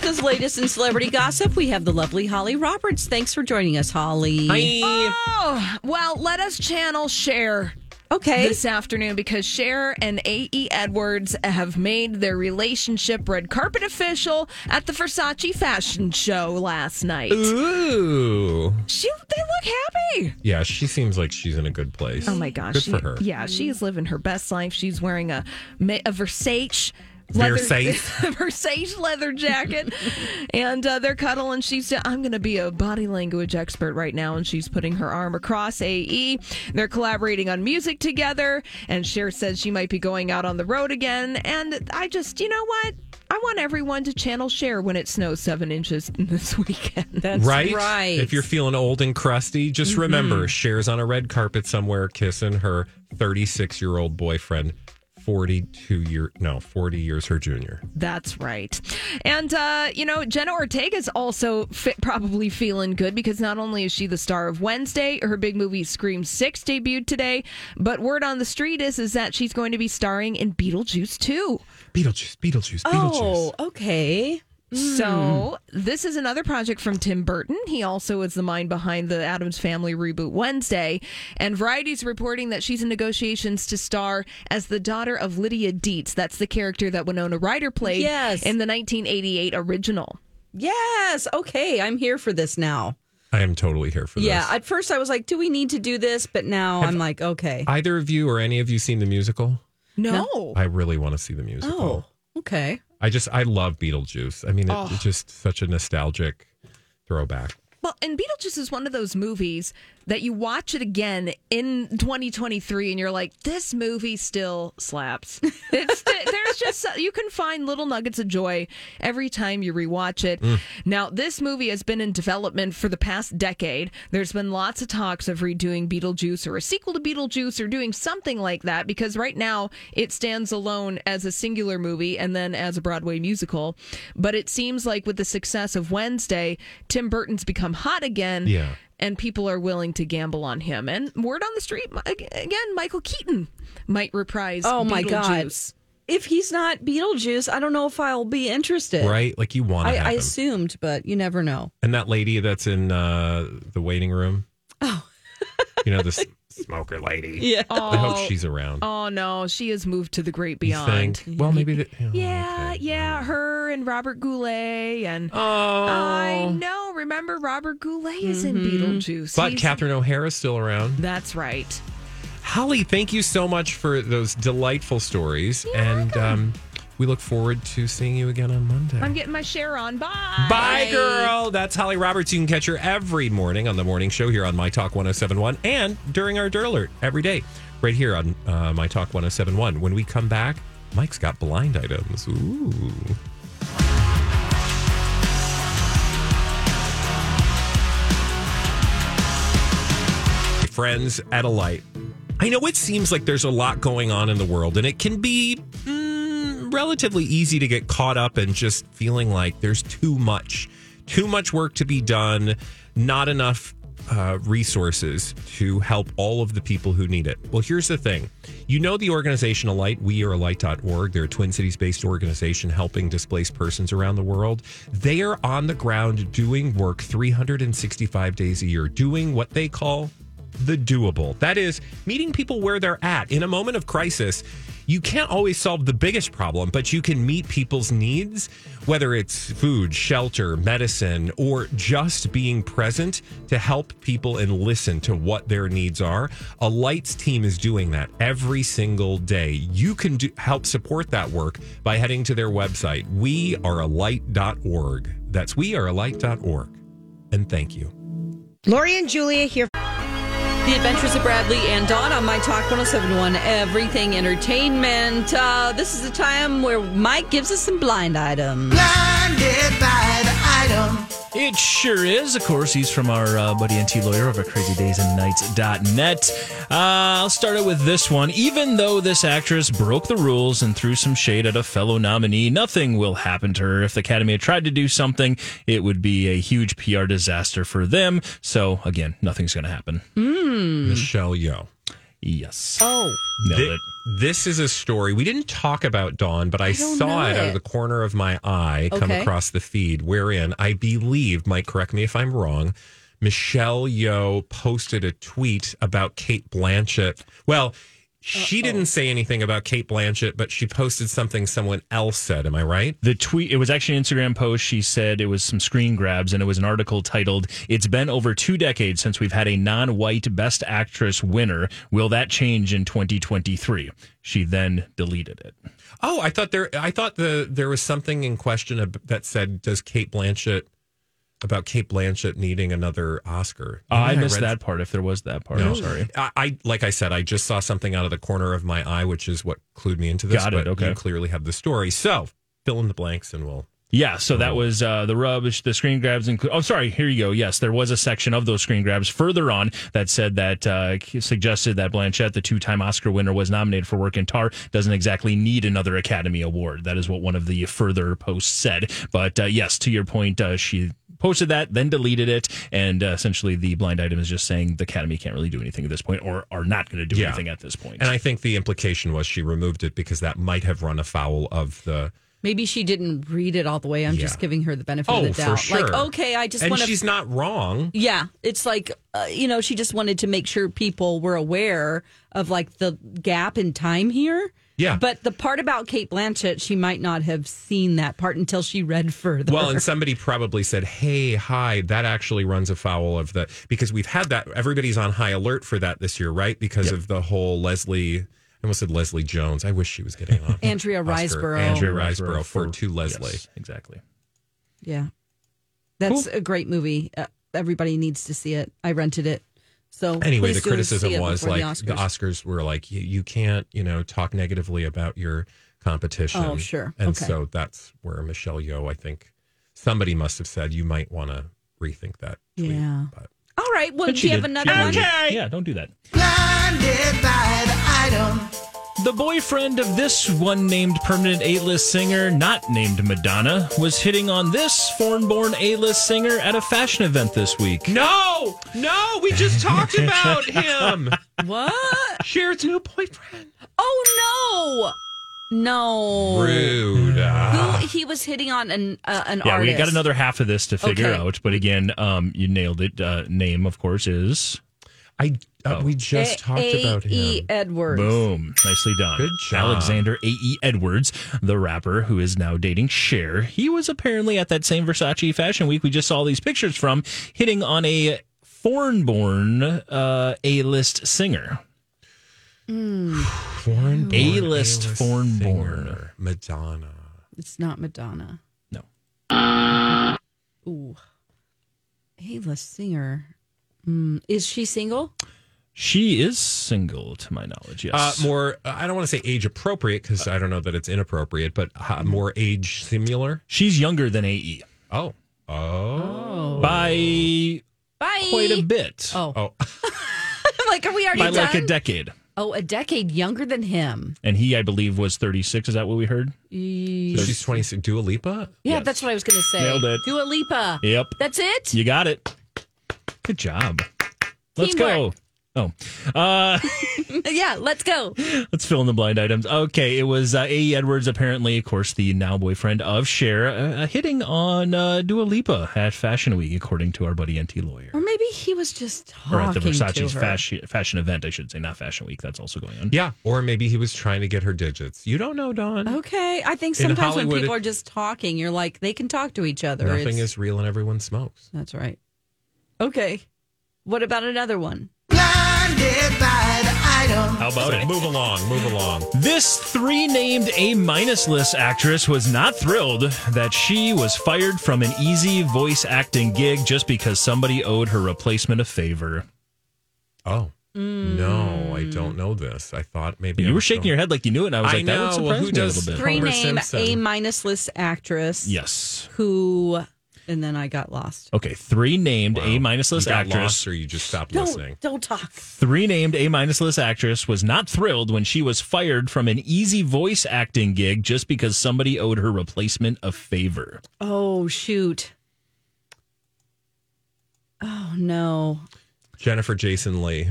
[SPEAKER 2] this latest in celebrity gossip, we have the lovely Holly Roberts. Thanks for joining us, Holly.
[SPEAKER 5] Oh, well, let us channel Cher
[SPEAKER 2] Okay.
[SPEAKER 5] this afternoon because Cher and A.E. Edwards have made their relationship red carpet official at the Versace fashion show last night.
[SPEAKER 1] Ooh.
[SPEAKER 5] She, they look happy.
[SPEAKER 1] Yeah, she seems like she's in a good place.
[SPEAKER 5] Oh my gosh.
[SPEAKER 1] Good
[SPEAKER 5] she-
[SPEAKER 1] for her.
[SPEAKER 5] Yeah, she's living her best life. She's wearing a, ma- a Versace leather,
[SPEAKER 1] Versace.
[SPEAKER 5] [LAUGHS] Versace
[SPEAKER 1] [LAUGHS]
[SPEAKER 5] leather jacket, and uh, they're cuddling. She said, "I'm going to be a body language expert right now," and she's putting her arm across AE. They're collaborating on music together, and Cher says she might be going out on the road again. And I just, you know what? I want everyone to channel Cher when it snows seven inches [LAUGHS] this weekend.
[SPEAKER 2] That's
[SPEAKER 1] right?
[SPEAKER 2] right. Mm-hmm.
[SPEAKER 1] If you're feeling old and crusty, just remember Cher's on a red carpet somewhere kissing her 36 year old boyfriend, 42 year no, 40 years her junior.
[SPEAKER 5] That's right. And, uh, you know, Jenna Ortega's also fit, probably feeling good because not only is she the star of Wednesday, her big movie Scream 6 debuted today, but word on the street is, is that she's going to be starring in Beetlejuice 2.
[SPEAKER 1] Beetlejuice, Beetlejuice,
[SPEAKER 2] Oh,
[SPEAKER 1] Beetlejuice.
[SPEAKER 2] okay.
[SPEAKER 5] So this is another project from Tim Burton. He also is the mind behind the Adams Family reboot Wednesday. And Variety's reporting that she's in negotiations to star as the daughter of Lydia Dietz. That's the character that Winona Ryder played
[SPEAKER 2] Yes.
[SPEAKER 5] in the 1988 original.
[SPEAKER 2] Yes. Okay. I'm here for this now.
[SPEAKER 1] I am totally here for
[SPEAKER 2] Yeah.
[SPEAKER 1] this.
[SPEAKER 2] At first, I was like, do we need to do this? But now I'm like, okay.
[SPEAKER 1] Either of you or any of you seen the musical?
[SPEAKER 5] No.
[SPEAKER 1] I really want to see the musical.
[SPEAKER 2] oh, okay.
[SPEAKER 1] I just I love Beetlejuice. I mean, it, it's just such a nostalgic throwback.
[SPEAKER 5] Well, and Beetlejuice is one of those movies that you watch it again in 2023 and you're like, this movie still slaps. It's, there's just, you can find little nuggets of joy every time you rewatch it. Now, this movie has been in development for the past decade. There's been lots of talks of redoing Beetlejuice or a sequel to Beetlejuice or doing something like that because right now it stands alone as a singular movie and then as a Broadway musical. But it seems like with the success of Wednesday, Tim Burton's become hot again.
[SPEAKER 1] Yeah.
[SPEAKER 5] And people are willing to gamble on him. And word on the street, mi- again, Michael Keaton might reprise.
[SPEAKER 2] Oh my God.
[SPEAKER 5] Beetlejuice.
[SPEAKER 2] If he's not Beetlejuice, I don't know if I'll be interested.
[SPEAKER 1] Right? Like you want to
[SPEAKER 2] I,
[SPEAKER 1] have
[SPEAKER 2] I
[SPEAKER 1] him.
[SPEAKER 2] assumed, but you never know.
[SPEAKER 1] And that lady that's in uh, the waiting room. Oh. [LAUGHS] you know this
[SPEAKER 5] [LAUGHS]
[SPEAKER 1] smoker lady.
[SPEAKER 2] Yeah.
[SPEAKER 1] I hope she's around.
[SPEAKER 5] Oh no, she has moved to the great
[SPEAKER 1] You
[SPEAKER 5] beyond.
[SPEAKER 1] think? Well, maybe. The, oh,
[SPEAKER 5] Yeah,
[SPEAKER 1] okay.
[SPEAKER 5] yeah, her and Robert Goulet and
[SPEAKER 1] Oh.
[SPEAKER 5] I know. Remember, Robert Goulet is in Beetlejuice.
[SPEAKER 1] But
[SPEAKER 5] He's-
[SPEAKER 1] Catherine O'Hara's still around.
[SPEAKER 5] That's right.
[SPEAKER 1] Holly, thank you so much for those delightful stories, and um, we look forward to seeing you again on Monday.
[SPEAKER 5] I'm getting my share on. Bye.
[SPEAKER 1] Bye, girl. That's Holly Roberts. You can catch her every morning on the morning show here on My Talk 1071 and during our Dirt Alert every day right here on uh, My Talk 1071. When we come back, Mike's got blind items. Ooh. Friends at a light. I know it seems like there's a lot going on in the world, and it can be mm, relatively easy to get caught up in just feeling like there's too much, too much work to be done, not enough uh, resources to help all of the people who need it. Well, here's the thing you know the organization Alight, wearealight.org. They're a Twin Cities based organization helping displaced persons around the world. They are on the ground doing work 365 days a year, doing what they call the doable. That is, meeting people where they're at. In a moment of crisis, you can't always solve the biggest problem, but you can meet people's needs, whether it's food, shelter, medicine, or just being present to help people and listen to what their needs are. A Lights team is doing that every single day. You can do, help support that work by heading to their website, wearealight.org. That's wearealight.org. And thank you.
[SPEAKER 7] Lori and Julia here.
[SPEAKER 2] The Adventures of Bradley and Dawn on My Talk 1071 Everything Entertainment. Uh, this is the time where Mike gives us some blind items.
[SPEAKER 8] Blinded by the item.
[SPEAKER 9] It sure is. Of course, he's from our uh, buddy and tea lawyer over at crazydaysandnights.net. Uh, I'll start it with this one. Even though this actress broke the rules and threw some shade at a fellow nominee, nothing will happen to her. If the Academy had tried to do something, it would be a huge PR disaster for them. So, again, nothing's going to happen.
[SPEAKER 1] Michelle Yeoh.
[SPEAKER 9] Yes.
[SPEAKER 2] Oh,
[SPEAKER 9] Nailed
[SPEAKER 1] Thi-
[SPEAKER 9] it.
[SPEAKER 1] This is a story. We didn't talk about Dawn, but I,
[SPEAKER 2] don't
[SPEAKER 1] saw
[SPEAKER 2] know
[SPEAKER 1] it, out of
[SPEAKER 2] it.
[SPEAKER 1] the corner of my eye come
[SPEAKER 2] Okay.
[SPEAKER 1] across the feed, wherein I believe, Mike, correct me if I'm wrong, Michelle Yeoh posted a tweet about Kate Blanchett. Well, She didn't say anything about Kate Blanchett, but she posted something someone else said. Am I right?
[SPEAKER 9] The tweet, it was actually an Instagram post. She said it was some screen grabs, and it was an article titled, It's been over two decades since we've had a non white Best Actress winner. Will that change in 2023? She then deleted it.
[SPEAKER 1] Oh, I thought there. I thought the there was something in question ab- that said, "Does Kate Blanchett about Kate Blanchett needing another Oscar?"
[SPEAKER 9] Uh, I
[SPEAKER 1] Maybe
[SPEAKER 9] missed
[SPEAKER 1] read
[SPEAKER 9] that part if there was that part.
[SPEAKER 1] No,
[SPEAKER 9] I'm sorry.
[SPEAKER 1] I, I like I said, I just saw something out of the corner of my eye, which is what clued me into this.
[SPEAKER 9] Got it,
[SPEAKER 1] But
[SPEAKER 9] okay.
[SPEAKER 1] you clearly have the story, so fill in the blanks, and we'll.
[SPEAKER 9] Yeah, so
[SPEAKER 1] Mm-hmm.
[SPEAKER 9] that was uh, the rubbish. The screen grabs include. Oh, sorry. Here you go. Yes, there was a section of those screen grabs further on that said that uh, suggested that Blanchett, the two-time Oscar winner, was nominated for work in Tar, doesn't exactly need another Academy Award. That is what one of the further posts said. But uh, yes, to your point, uh, she posted that, then deleted it, and uh, essentially the blind item is just saying the Academy can't really do anything at this point, or are not going to do
[SPEAKER 1] Yeah.
[SPEAKER 9] anything at this point.
[SPEAKER 1] And I think the implication was she removed it because that might have run afoul of the.
[SPEAKER 2] Maybe she didn't read it all the way. I'm just
[SPEAKER 1] Yeah.
[SPEAKER 2] giving her the benefit of
[SPEAKER 1] Oh,
[SPEAKER 2] the
[SPEAKER 1] for
[SPEAKER 2] doubt.
[SPEAKER 1] sure.
[SPEAKER 2] Like, okay, I just
[SPEAKER 1] and
[SPEAKER 2] want to.
[SPEAKER 1] she's not wrong.
[SPEAKER 2] Yeah, it's like uh, you know, she just wanted to make sure people were aware of like the gap in time here.
[SPEAKER 1] Yeah.
[SPEAKER 2] But the part about Kate Blanchett, she might not have seen that part until she read further.
[SPEAKER 1] Well, and somebody probably said, "Hey, hi, that actually runs afoul of the because we've had that. Everybody's on high alert for that this year, right? Because of the whole Leslie. I almost said Leslie Jones. I wish she was getting on.
[SPEAKER 2] Andrea Riseborough.
[SPEAKER 1] Andrea Riseborough for, to Leslie.
[SPEAKER 9] Yes, exactly.
[SPEAKER 2] [LAUGHS] yeah, that's a great movie. Uh, everybody needs to see it. I rented it. So
[SPEAKER 1] Anyway,
[SPEAKER 2] please
[SPEAKER 1] the
[SPEAKER 2] do see
[SPEAKER 1] criticism
[SPEAKER 2] it
[SPEAKER 1] was
[SPEAKER 2] before
[SPEAKER 1] like the Oscars. were like, you, you can't, you know, talk negatively about your competition.
[SPEAKER 2] Oh, sure.
[SPEAKER 1] And
[SPEAKER 2] Okay.
[SPEAKER 1] so that's where Michelle Yeoh, I think, somebody must have said you might want to rethink that. tweet."
[SPEAKER 2] Yeah.
[SPEAKER 1] But-
[SPEAKER 2] All right. Well,
[SPEAKER 9] But
[SPEAKER 2] Oh, do
[SPEAKER 9] she
[SPEAKER 2] you have
[SPEAKER 9] did.
[SPEAKER 2] another
[SPEAKER 9] She
[SPEAKER 2] one?
[SPEAKER 9] did. Yeah, don't do that.
[SPEAKER 8] Blinded by the item.
[SPEAKER 9] The boyfriend of this one named permanent A list singer, not named Madonna, was hitting on this foreign born A list singer at a fashion event this week.
[SPEAKER 1] No, no, we just
[SPEAKER 9] [LAUGHS]
[SPEAKER 1] talked about him.
[SPEAKER 2] What?
[SPEAKER 1] Cher's new boyfriend.
[SPEAKER 2] Oh no! No.
[SPEAKER 1] Rude. Ah.
[SPEAKER 2] Who he was hitting on an uh, an
[SPEAKER 9] Yeah,
[SPEAKER 2] artist.
[SPEAKER 9] we got another half of this to figure
[SPEAKER 2] Okay.
[SPEAKER 9] out, but again, um, you nailed it. Uh, name, of course, is
[SPEAKER 1] I uh, we just
[SPEAKER 2] A- E.
[SPEAKER 1] talked about him.
[SPEAKER 2] A.E. Edwards.
[SPEAKER 9] Boom. Nicely done.
[SPEAKER 1] Good job.
[SPEAKER 9] Alexander A.E. Edwards, the rapper who is now dating Cher. He was apparently at that same Versace Fashion Week we just saw these pictures from, hitting on a foreign born uh, A list singer.
[SPEAKER 1] Foreign
[SPEAKER 9] A-list foreign
[SPEAKER 1] singer,
[SPEAKER 9] born.
[SPEAKER 1] Madonna.
[SPEAKER 2] It's not Madonna.
[SPEAKER 9] No.
[SPEAKER 2] Ooh. A-list singer. Mm, is she single?
[SPEAKER 9] She is single, to my knowledge.
[SPEAKER 1] Uh,
[SPEAKER 9] Yes.
[SPEAKER 1] more, I don't want to say age appropriate because I don't know that it's inappropriate, but uh, more age similar.
[SPEAKER 9] She's younger than AE
[SPEAKER 1] Oh, oh,
[SPEAKER 9] by
[SPEAKER 2] Bye.
[SPEAKER 9] quite a bit.
[SPEAKER 2] Oh,
[SPEAKER 1] oh.
[SPEAKER 2] [LAUGHS] like are we already
[SPEAKER 9] by
[SPEAKER 2] done?
[SPEAKER 9] like a decade.
[SPEAKER 2] oh, a decade younger than him.
[SPEAKER 9] And he, I believe, was 36. Is that what we heard?
[SPEAKER 2] Yeah,
[SPEAKER 1] So she's twenty six. Dua Lipa.
[SPEAKER 9] Yes.
[SPEAKER 2] that's what I was going to say.
[SPEAKER 9] Nailed it.
[SPEAKER 2] Dua Lipa.
[SPEAKER 9] Yep.
[SPEAKER 2] That's it.
[SPEAKER 9] You got it. Good job. Let's
[SPEAKER 2] Teamwork.
[SPEAKER 9] go. Oh, uh,
[SPEAKER 2] [LAUGHS] yeah, let's go.
[SPEAKER 9] let's fill in the blind items. Okay, it was uh, A. Edwards, apparently, of course, the now boyfriend of Cher, uh, hitting on uh, Dua Lipa at Fashion Week, according to our buddy NT Lawyer.
[SPEAKER 2] Or maybe he was just talking
[SPEAKER 9] Or at the
[SPEAKER 2] to her.
[SPEAKER 9] Versace's fashion, fashion event, I should say, not Fashion Week. That's also going on.
[SPEAKER 1] Yeah, or maybe he was trying to get her digits. You don't know, Don.
[SPEAKER 2] Okay, I think
[SPEAKER 1] In
[SPEAKER 2] sometimes when
[SPEAKER 1] Hollywood,
[SPEAKER 2] people
[SPEAKER 1] it-
[SPEAKER 2] are just talking, you're like they can talk to each other.
[SPEAKER 1] Nothing
[SPEAKER 2] It's-
[SPEAKER 1] is real and everyone smokes.
[SPEAKER 2] That's right. Okay, what about another one?
[SPEAKER 8] Blinded by the item.
[SPEAKER 9] How about
[SPEAKER 1] So
[SPEAKER 9] it?
[SPEAKER 1] move along, move along.
[SPEAKER 9] This three named A minus list actress was not thrilled that she was fired from an easy voice acting gig just because somebody owed her replacement a favor.
[SPEAKER 1] Oh no,
[SPEAKER 2] Mm.
[SPEAKER 1] I don't know this. I thought maybe
[SPEAKER 9] you were shaking your head like you knew it, and I was
[SPEAKER 1] I
[SPEAKER 9] like, that would
[SPEAKER 1] know.
[SPEAKER 9] surprise
[SPEAKER 1] Well, who
[SPEAKER 9] me
[SPEAKER 1] does
[SPEAKER 9] a little bit.
[SPEAKER 1] three- Homer
[SPEAKER 2] Three name
[SPEAKER 1] Simpson.
[SPEAKER 2] A minus list actress.
[SPEAKER 9] Yes.
[SPEAKER 2] Who? And then I got lost.
[SPEAKER 9] Okay, three named A minus list
[SPEAKER 1] You got
[SPEAKER 9] actress.
[SPEAKER 1] lost or you just stopped listening.
[SPEAKER 2] Don't don't talk.
[SPEAKER 9] Three named A minus list actress was not thrilled when she was fired from an easy voice acting gig just because somebody owed her replacement a favor.
[SPEAKER 2] Oh shoot. Oh no.
[SPEAKER 1] Jennifer Jason Lee.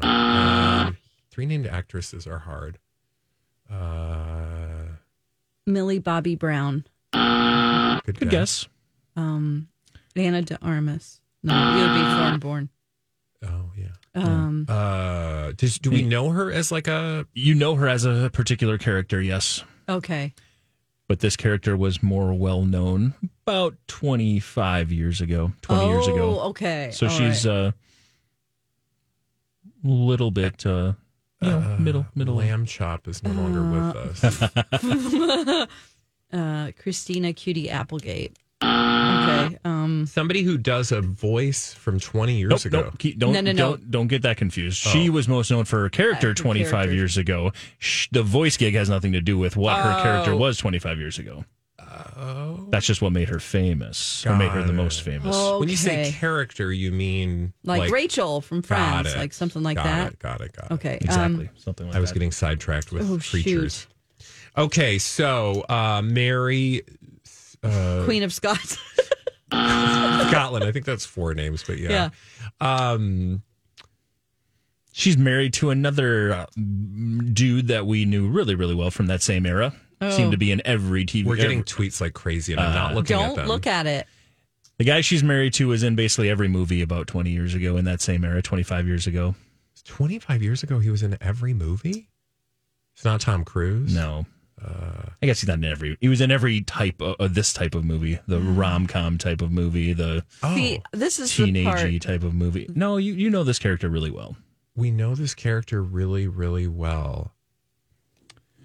[SPEAKER 1] No.
[SPEAKER 2] [GASPS]
[SPEAKER 1] Um, three named actresses are hard. Uh,
[SPEAKER 2] Millie Bobby Brown.
[SPEAKER 1] good,
[SPEAKER 9] Good guess.
[SPEAKER 2] Um, Anna De Armas. No, you would be foreign born.
[SPEAKER 1] Oh yeah.
[SPEAKER 2] Um,
[SPEAKER 1] Uh, does, do we know her as like a?
[SPEAKER 9] You know her as a particular character, yes.
[SPEAKER 2] okay.
[SPEAKER 9] But this character was more well known about 25 years ago, 20 years ago.
[SPEAKER 2] Oh, okay.
[SPEAKER 9] So
[SPEAKER 2] All
[SPEAKER 9] she's
[SPEAKER 2] right.
[SPEAKER 9] uh, a little bit, uh, you know, middle, middle.
[SPEAKER 1] Lamb chop is no longer with us.
[SPEAKER 9] [LAUGHS]
[SPEAKER 2] uh, Christina Cutie Applegate. Okay. Um,
[SPEAKER 1] Somebody who does a voice from 20 years
[SPEAKER 9] Nope,
[SPEAKER 1] ago. Oh.
[SPEAKER 9] nope, keep- don't,
[SPEAKER 2] No, no, no.
[SPEAKER 9] don't don't get that confused. She was most known for her character 25
[SPEAKER 2] character.
[SPEAKER 9] years ago. Sh the voice gig has nothing to do with what her character
[SPEAKER 2] Oh.
[SPEAKER 9] was 25 years ago. Oh. That's just what made her famous. Or made her the most famous.
[SPEAKER 2] okay.
[SPEAKER 1] When you say character, you mean
[SPEAKER 2] like, Rachel from
[SPEAKER 1] Got
[SPEAKER 2] Friends,
[SPEAKER 1] it.
[SPEAKER 2] like something like
[SPEAKER 1] got
[SPEAKER 2] that.
[SPEAKER 1] It, got it. Got it.
[SPEAKER 2] Okay.
[SPEAKER 9] Exactly.
[SPEAKER 2] Um,
[SPEAKER 9] Something like
[SPEAKER 1] I was
[SPEAKER 9] that.
[SPEAKER 1] getting sidetracked with
[SPEAKER 2] oh
[SPEAKER 1] creatures.
[SPEAKER 2] shoot,
[SPEAKER 1] Okay, so uh, Mary uh,
[SPEAKER 2] Queen of Scots. [LAUGHS]
[SPEAKER 1] Scotland. I think that's four names, but yeah. Um,
[SPEAKER 9] She's married to another uh, dude that we knew really, really well from that same era.
[SPEAKER 2] Oh.
[SPEAKER 9] Seemed to be in every TV.
[SPEAKER 1] we're getting
[SPEAKER 9] every- Uh,
[SPEAKER 1] tweets like crazy, and I'm not looking at
[SPEAKER 2] Don't
[SPEAKER 1] them.
[SPEAKER 2] look at it.
[SPEAKER 9] the guy she's married to was in basically every movie about 20 years ago in that same era, 25 years ago.
[SPEAKER 1] 25 years ago, he was in every movie. It's not Tom Cruise.
[SPEAKER 9] No.
[SPEAKER 2] Uh,
[SPEAKER 9] I guess he's not in every. He was in every type of uh, this type of movie, the
[SPEAKER 2] Hmm.
[SPEAKER 9] rom com type of movie, the
[SPEAKER 1] Oh,
[SPEAKER 2] See, this is the part.
[SPEAKER 9] teenagey type of movie. No, you you know this character really well.
[SPEAKER 1] we know this character really, really well.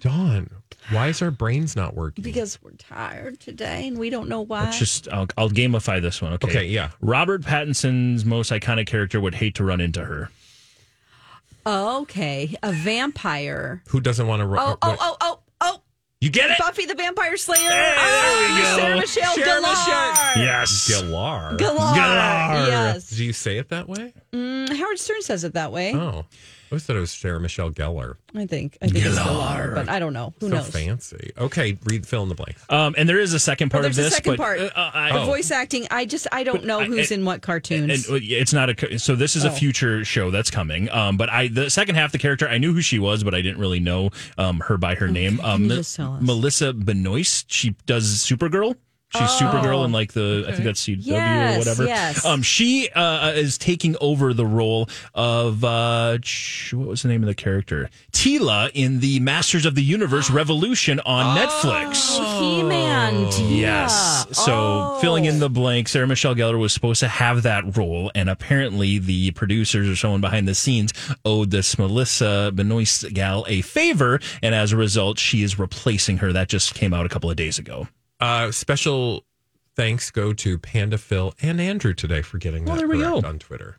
[SPEAKER 1] Dawn, why is our brains not working?
[SPEAKER 3] Because we're tired today and we don't know why.
[SPEAKER 9] Let's just I'll, I'll gamify this one. Okay.
[SPEAKER 1] okay, yeah.
[SPEAKER 9] Robert Pattinson's most iconic character would hate to run into her.
[SPEAKER 2] okay, a vampire.
[SPEAKER 1] Who doesn't uh, want to? Ro-
[SPEAKER 2] Oh, oh, oh, oh, oh!
[SPEAKER 9] You get it?
[SPEAKER 2] Buffy the Vampire Slayer.
[SPEAKER 9] there
[SPEAKER 2] Oh,
[SPEAKER 9] we go.
[SPEAKER 2] Sarah Michelle
[SPEAKER 1] Sarah
[SPEAKER 2] Gellar.
[SPEAKER 1] Michelle-
[SPEAKER 9] Yes.
[SPEAKER 1] Galar.
[SPEAKER 2] Gellar.
[SPEAKER 9] Gellar.
[SPEAKER 2] Yes.
[SPEAKER 1] Do you say it that way?
[SPEAKER 2] Mm, Howard Stern says it that way.
[SPEAKER 1] Oh, I always thought it was Sarah Michelle Gellar.
[SPEAKER 2] I think. I think it's Gellar, but I don't know. Who
[SPEAKER 1] so
[SPEAKER 2] knows?
[SPEAKER 1] fancy. Okay, read fill in the blank.
[SPEAKER 9] Um, and there is a second part
[SPEAKER 2] Oh,
[SPEAKER 9] of
[SPEAKER 2] there's a
[SPEAKER 9] this.
[SPEAKER 2] second
[SPEAKER 9] but,
[SPEAKER 2] part.
[SPEAKER 9] uh, uh, I-
[SPEAKER 2] the voice acting. I just I don't
[SPEAKER 9] But
[SPEAKER 2] know
[SPEAKER 9] I-
[SPEAKER 2] who's
[SPEAKER 9] it-
[SPEAKER 2] in what
[SPEAKER 9] and
[SPEAKER 2] cartoons. Oh.
[SPEAKER 9] uh, it's not a co- so this is a future show that's coming um but i the second half of the character i knew who she was but i didn't really know um her by her name um
[SPEAKER 2] Oh, you just tell us?
[SPEAKER 9] melissa benoist she does supergirl She's Supergirl in like the I think that's CW
[SPEAKER 2] Oh. Yes,
[SPEAKER 9] or whatever.
[SPEAKER 2] yes.
[SPEAKER 9] Um, she uh, is taking over the role of uh, ch- what was the name of the character? Tila in the Masters of the Universe Revolution on
[SPEAKER 2] Oh.
[SPEAKER 9] Netflix.
[SPEAKER 2] He
[SPEAKER 9] oh.
[SPEAKER 2] Man.
[SPEAKER 9] Yes. So filling in the blank, Sarah Michelle Gellar was supposed to have that role, and apparently the producers or someone behind the scenes owed this Melissa Benoist gal a favor, and as a result, she is replacing her. That just came out a couple of days ago.
[SPEAKER 1] Uh, special thanks go to Panda Phil and Andrew today for getting
[SPEAKER 9] Well,
[SPEAKER 1] that
[SPEAKER 9] there we
[SPEAKER 1] correct
[SPEAKER 9] go.
[SPEAKER 1] on Twitter.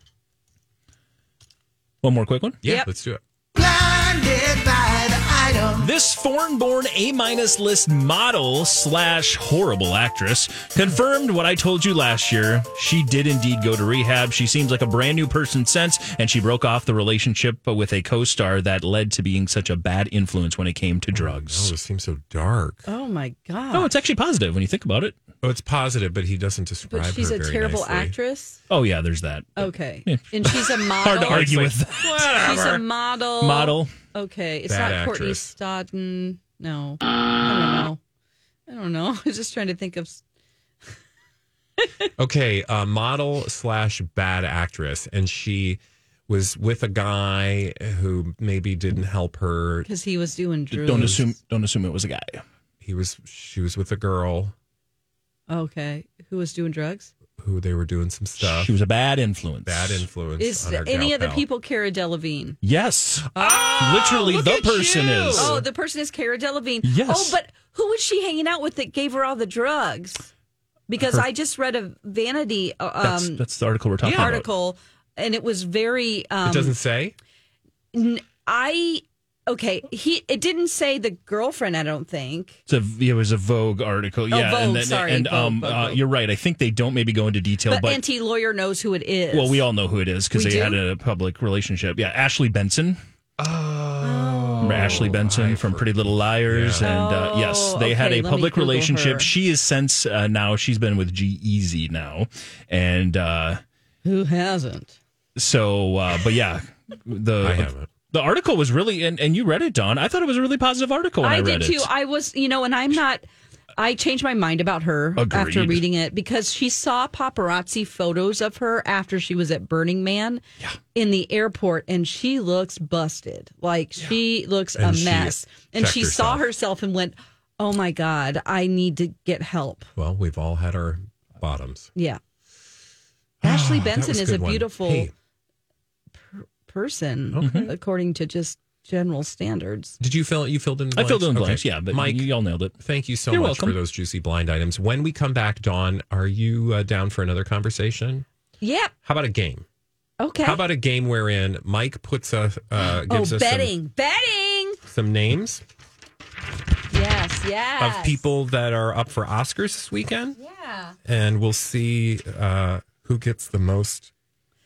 [SPEAKER 9] One more quick one.
[SPEAKER 1] Yeah,
[SPEAKER 2] Yep.
[SPEAKER 1] let's do it.
[SPEAKER 8] Blinded by the item.
[SPEAKER 9] This foreign-born A-minus list model slash horrible actress confirmed what I told you last year. She did indeed go to rehab. She seems like a brand new person since, and she broke off the relationship with a co-star that led to being such a bad influence when it came to
[SPEAKER 1] Oh,
[SPEAKER 9] drugs.
[SPEAKER 1] this seems so dark.
[SPEAKER 2] Oh my god.
[SPEAKER 9] Oh, it's actually positive when you think about it.
[SPEAKER 1] Oh, it's positive, but he doesn't describe.
[SPEAKER 2] but she's
[SPEAKER 1] her
[SPEAKER 2] a
[SPEAKER 1] very
[SPEAKER 2] terrible
[SPEAKER 1] nicely.
[SPEAKER 2] actress.
[SPEAKER 9] Oh yeah, there's that.
[SPEAKER 2] Okay. And she's a model.
[SPEAKER 9] [LAUGHS] Hard to argue with that.
[SPEAKER 2] She's a model.
[SPEAKER 9] Model.
[SPEAKER 2] Okay. It's
[SPEAKER 1] Bad
[SPEAKER 2] not Courtney
[SPEAKER 1] actress.
[SPEAKER 2] Stodden. No. I don't know. I don't know. [LAUGHS] I was just trying to think of s-
[SPEAKER 1] Okay, uh, model slash bad actress, and she was with a guy who maybe didn't help her.
[SPEAKER 2] because he was doing drugs.
[SPEAKER 9] Don't assume. Don't assume it was a guy.
[SPEAKER 1] He was she was with a girl
[SPEAKER 2] Okay. Who was doing drugs?
[SPEAKER 1] who they were doing some stuff.
[SPEAKER 9] She was a bad influence.
[SPEAKER 1] Bad influence.
[SPEAKER 2] Is
[SPEAKER 1] on our
[SPEAKER 2] any
[SPEAKER 1] gal
[SPEAKER 2] of the
[SPEAKER 1] pal.
[SPEAKER 2] people Cara Delevingne?
[SPEAKER 9] Yes. Literally,
[SPEAKER 1] Ah, look
[SPEAKER 9] the
[SPEAKER 1] at
[SPEAKER 9] person
[SPEAKER 1] you.
[SPEAKER 9] is.
[SPEAKER 2] Oh, the person is Cara Delevingne.
[SPEAKER 9] Yes.
[SPEAKER 2] Oh, but who was she hanging out with that gave her all the drugs? Because I just read a Vanity uh, um,
[SPEAKER 9] that's, that's the article we're talking about.
[SPEAKER 2] article, and it was very. Um,
[SPEAKER 1] It doesn't say.
[SPEAKER 2] n- I okay. He it didn't say the girlfriend. I don't think.
[SPEAKER 9] It's a, it was a Vogue article.
[SPEAKER 2] Oh,
[SPEAKER 9] yeah,
[SPEAKER 2] Vogue,
[SPEAKER 9] and, then-
[SPEAKER 2] sorry,
[SPEAKER 9] and
[SPEAKER 2] Vogue,
[SPEAKER 9] um,
[SPEAKER 2] Vogue,
[SPEAKER 9] uh,
[SPEAKER 2] Vogue.
[SPEAKER 9] you're right. I think they don't maybe go into detail,
[SPEAKER 2] But
[SPEAKER 9] but,
[SPEAKER 2] anti lawyer knows who it is.
[SPEAKER 9] well, we all know who it is because
[SPEAKER 2] We
[SPEAKER 9] they
[SPEAKER 2] do?
[SPEAKER 9] had a public relationship. Yeah, Ashley Benson,
[SPEAKER 1] Oh,
[SPEAKER 9] Remember Ashley Benson from Pretty Little Liars,
[SPEAKER 1] Yeah.
[SPEAKER 9] and uh, yes,
[SPEAKER 2] Oh,
[SPEAKER 9] they had
[SPEAKER 2] okay,
[SPEAKER 9] a
[SPEAKER 2] let me
[SPEAKER 9] public
[SPEAKER 2] Google
[SPEAKER 9] relationship.
[SPEAKER 2] her.
[SPEAKER 9] She is since uh, now she's been with G Easy now, and uh,
[SPEAKER 2] who hasn't.
[SPEAKER 9] so uh, but yeah,
[SPEAKER 1] I
[SPEAKER 9] the
[SPEAKER 1] haven't.
[SPEAKER 9] the article was really and, and you read it, Don. I thought it was a really positive article. When I,
[SPEAKER 2] I did
[SPEAKER 9] read it.
[SPEAKER 2] too. I was you know, and I'm not. I changed my mind about her after
[SPEAKER 9] Agreed.
[SPEAKER 2] reading it because she saw paparazzi photos of her after she was at Burning Man in the airport and she looks busted. Like she looks
[SPEAKER 10] And
[SPEAKER 2] a
[SPEAKER 10] she
[SPEAKER 2] mess. and
[SPEAKER 1] checked
[SPEAKER 2] she saw herself and went, Oh my God, I need to get help.
[SPEAKER 1] Well, we've all had our bottoms.
[SPEAKER 2] Yeah. [GASPS] Ashley
[SPEAKER 1] Ah, that
[SPEAKER 2] Benson
[SPEAKER 1] was a
[SPEAKER 2] is a
[SPEAKER 1] good one.
[SPEAKER 2] beautiful
[SPEAKER 1] Hey.
[SPEAKER 2] per- person,
[SPEAKER 1] Okay.
[SPEAKER 2] according to just general standards.
[SPEAKER 1] Did you fill you filled in?
[SPEAKER 9] I
[SPEAKER 1] Blanks?
[SPEAKER 9] filled in
[SPEAKER 1] Okay.
[SPEAKER 9] blanks, yeah, but
[SPEAKER 1] Mike,
[SPEAKER 9] y'all nailed it.
[SPEAKER 1] Thank you so
[SPEAKER 9] You're
[SPEAKER 1] much
[SPEAKER 9] welcome.
[SPEAKER 1] for those juicy blind items. When we come back, Dawn, are you uh, down for another conversation?
[SPEAKER 2] Yep.
[SPEAKER 1] How about a game?
[SPEAKER 2] Okay.
[SPEAKER 1] How about a game wherein Mike puts a uh,
[SPEAKER 2] [GASPS] oh,
[SPEAKER 1] gives us some-
[SPEAKER 2] betting. betting.
[SPEAKER 1] Some, names
[SPEAKER 2] Yes, yes.
[SPEAKER 1] of people that are up for Oscars this weekend,
[SPEAKER 2] Yeah.
[SPEAKER 1] and we'll see uh, who gets the most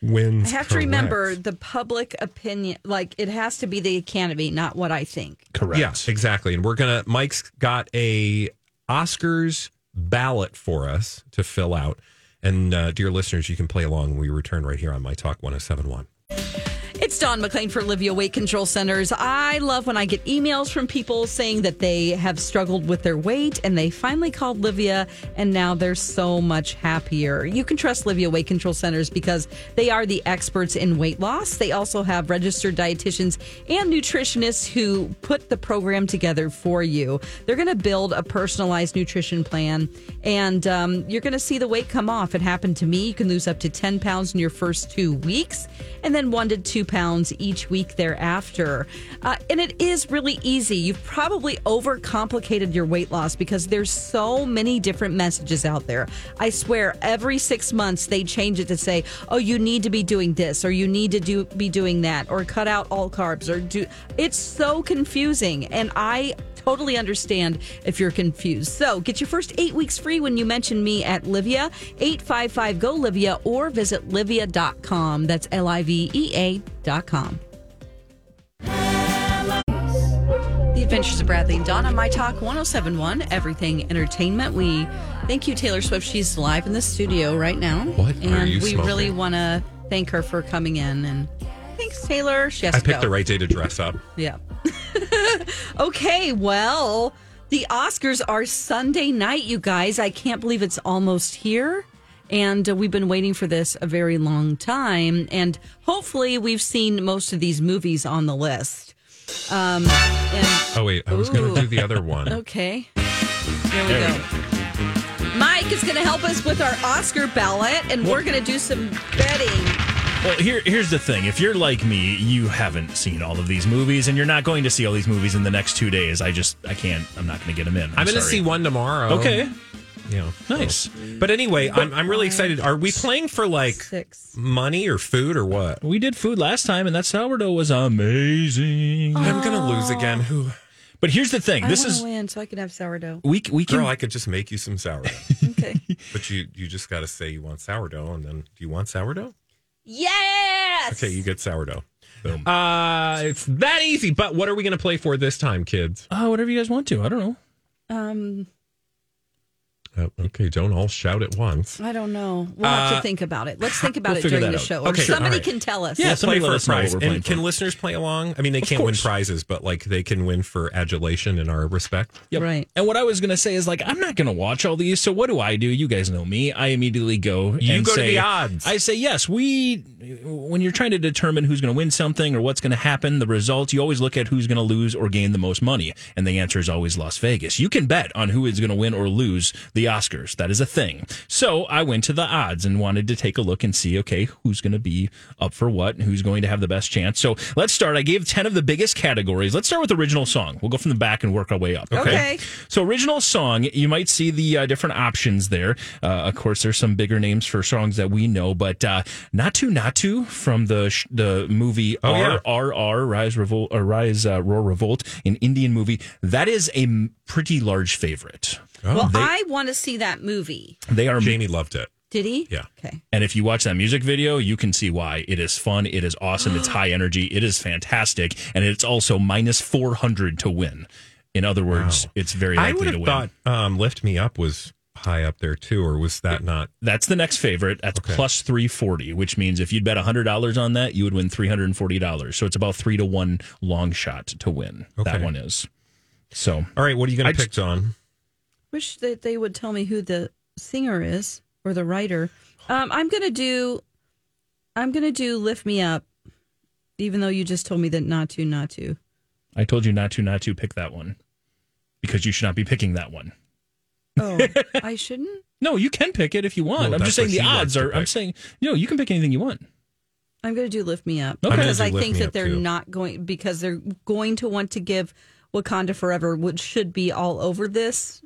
[SPEAKER 1] wins.
[SPEAKER 2] I have to
[SPEAKER 1] correct.
[SPEAKER 2] remember the public opinion. Like it has to be the Academy, not what I think.
[SPEAKER 9] Correct.
[SPEAKER 1] Yeah, exactly. And we're gonna. Mike's got a Oscars ballot for us to fill out. And uh, dear listeners, you can play along when we return right here on My Talk 1071.
[SPEAKER 2] It's Dawn McLean for Olivia Weight Control Centers. I love when I get emails from people saying that they have struggled with their weight and they finally called Livia and now they're so much happier. You can trust Livia Weight Control Centers because they are the experts in weight loss. They also have registered dietitians and nutritionists who put the program together for you. They're going to build a personalized nutrition plan and um, you're going to see the weight come off. It happened to me. You can lose up to 10 pounds in your first two weeks and then one to two pounds each week thereafter. Uh, and it is really easy. You've probably overcomplicated your weight loss because there's so many different messages out there. I swear, every six months they change it to say, "Oh, you need to be doing this, or you need to do be doing that, or cut out all carbs, or do." It's so confusing, and I totally understand if you're confused. So get your first eight weeks free when you mention me at Livia, 855 GO Livia, or visit livia.com. That's L I V E A.com. The Adventures of Bradley and Dawn on My Talk 1071, Everything Entertainment. We thank you, Taylor Swift. She's live in the studio right now.
[SPEAKER 1] What
[SPEAKER 2] And
[SPEAKER 1] are you
[SPEAKER 2] we
[SPEAKER 1] smoking?
[SPEAKER 2] really want to thank her for coming in. And thanks, Taylor. She has
[SPEAKER 1] I
[SPEAKER 2] to
[SPEAKER 1] picked
[SPEAKER 2] go.
[SPEAKER 1] the right day to dress up.
[SPEAKER 2] Yeah. [LAUGHS] okay, well, the Oscars are Sunday night, you guys. I can't believe it's almost here. And uh, we've been waiting for this a very long time. And hopefully, we've seen most of these movies on the list. Um, and,
[SPEAKER 1] Oh, wait. I was going
[SPEAKER 2] Ooh.
[SPEAKER 1] to do the other one.
[SPEAKER 2] [LAUGHS] okay. Here we go. Mike is going to help us with our Oscar ballot, and we're going to do some betting.
[SPEAKER 9] Well, here, here's the thing. If you're like me, you haven't seen all of these movies, and you're not going to see all these movies in the next two days. I just, I can't. I'm not going to get them in. I'm,
[SPEAKER 1] I'm going to
[SPEAKER 9] sorry.
[SPEAKER 1] see one tomorrow.
[SPEAKER 9] Okay.
[SPEAKER 1] Yeah.
[SPEAKER 9] Nice.
[SPEAKER 1] But anyway, I'm, I'm really excited. Are we playing for like money or food or what?
[SPEAKER 9] We did food last time, and that sourdough was amazing.
[SPEAKER 1] I'm going to lose again. Who?
[SPEAKER 9] But here's the thing.
[SPEAKER 2] Oh, I
[SPEAKER 9] This
[SPEAKER 2] wanna
[SPEAKER 9] is
[SPEAKER 2] win so I can have sourdough.
[SPEAKER 9] we we
[SPEAKER 2] [CLEARS THROAT]
[SPEAKER 9] can
[SPEAKER 1] Girl, I could just make you some sourdough.
[SPEAKER 2] Okay.
[SPEAKER 1] [LAUGHS] but you, you just got to say you want sourdough. And then, do you want sourdough?
[SPEAKER 2] Yes.
[SPEAKER 1] Okay, you get sourdough. Boom. Uh, it's that easy. But what are we going to play for this time, kids?
[SPEAKER 9] uh, whatever you guys want to. I don't know.
[SPEAKER 2] Um,
[SPEAKER 1] Oh, okay, don't all shout at once.
[SPEAKER 2] I don't know. We'll have
[SPEAKER 1] Uh,
[SPEAKER 2] to think about it. Let's think about
[SPEAKER 9] we'll
[SPEAKER 2] it
[SPEAKER 9] figure
[SPEAKER 2] during
[SPEAKER 9] that
[SPEAKER 2] the
[SPEAKER 9] out.
[SPEAKER 2] show, or
[SPEAKER 1] Okay,
[SPEAKER 2] somebody
[SPEAKER 1] all right.
[SPEAKER 2] can tell us.
[SPEAKER 9] Yeah,
[SPEAKER 1] Let's
[SPEAKER 9] somebody
[SPEAKER 1] play for
[SPEAKER 9] let
[SPEAKER 1] a
[SPEAKER 9] us know what
[SPEAKER 1] prize.
[SPEAKER 9] we're playing
[SPEAKER 1] And can
[SPEAKER 9] for.
[SPEAKER 1] listeners play along? I mean, they
[SPEAKER 9] Of
[SPEAKER 1] can't win
[SPEAKER 9] course.
[SPEAKER 1] prizes, but like they can win for adulation and our respect.
[SPEAKER 9] Yep.
[SPEAKER 2] Right.
[SPEAKER 9] And what I was gonna say is like I'm not gonna watch all these. So what do I do? You guys know me. I immediately go.
[SPEAKER 1] You
[SPEAKER 9] and
[SPEAKER 1] go to
[SPEAKER 9] say-
[SPEAKER 1] the odds.
[SPEAKER 9] I say yes. We when you're trying to determine who's gonna win something or what's gonna happen, the results. You always look at who's gonna lose or gain the most money, and the answer is always Las Vegas. You can bet on who is gonna win or lose the Oscars. That is a thing. So I went to the odds and wanted to take a look and see okay who's gonna be up for what and who's going to have the best chance. So let's start. I gave ten of the biggest categories. Let's start with original song. We'll go from the back and work our way up.
[SPEAKER 2] Okay.
[SPEAKER 9] So original song, you might see the uh, different options there. Uh, of course, there's some bigger names for songs that we know, but uh, Natu Natu from the sh- the movie
[SPEAKER 1] Oh, yeah.
[SPEAKER 9] RRR Rise Revolt or Rise uh, Roar Revolt, an Indian movie. That is a m- pretty large favorite.
[SPEAKER 2] Well,
[SPEAKER 9] Oh, they,
[SPEAKER 2] I want to see that movie.
[SPEAKER 9] they are
[SPEAKER 1] Oh, Jamie loved it.
[SPEAKER 2] Did he?
[SPEAKER 1] Yeah.
[SPEAKER 2] Okay.
[SPEAKER 9] and if you watch that music video, you can see why. It is fun. It is
[SPEAKER 1] [GASPS]
[SPEAKER 9] awesome. It's high energy. It is fantastic. And it's also minus 400 to win. In other words,
[SPEAKER 1] Wow.
[SPEAKER 9] it's very
[SPEAKER 1] I
[SPEAKER 9] likely
[SPEAKER 1] would
[SPEAKER 9] to
[SPEAKER 1] have
[SPEAKER 9] win.
[SPEAKER 1] thought um, Lift Me Up was high up there too, or was that not?
[SPEAKER 9] That's the next favorite. That's
[SPEAKER 1] Okay.
[SPEAKER 9] plus 340, which means if you'd bet $100 on that, you would win $340. So it's about three to one long shot to win.
[SPEAKER 1] Okay.
[SPEAKER 9] That one is. So
[SPEAKER 1] All right, what are you going
[SPEAKER 9] I
[SPEAKER 1] to pick,
[SPEAKER 9] just-
[SPEAKER 1] John?
[SPEAKER 2] Wish that they would tell me who the singer is or the writer. Um, I'm gonna do. I'm gonna do "Lift Me Up," even though you just told me that not to, not
[SPEAKER 9] [LAUGHS]
[SPEAKER 2] to.
[SPEAKER 9] I told you not to, not to pick that one because you should not be picking that one.
[SPEAKER 2] Oh, I shouldn't.
[SPEAKER 9] No, you can pick it if you want.
[SPEAKER 1] No,
[SPEAKER 9] I'm just
[SPEAKER 1] that's
[SPEAKER 9] saying
[SPEAKER 1] what
[SPEAKER 9] the
[SPEAKER 1] she wants
[SPEAKER 9] odds
[SPEAKER 1] to
[SPEAKER 9] are. I'm
[SPEAKER 1] pick.
[SPEAKER 9] saying no. You can pick anything you want.
[SPEAKER 2] I'm going to do lift me up
[SPEAKER 9] I'm gonna
[SPEAKER 2] because
[SPEAKER 9] do
[SPEAKER 2] I
[SPEAKER 9] Lift
[SPEAKER 2] think
[SPEAKER 9] Me
[SPEAKER 2] that
[SPEAKER 9] Up,
[SPEAKER 2] they're
[SPEAKER 9] too.
[SPEAKER 2] not going because they're going to want to give Wakanda Forever, which should be all over this,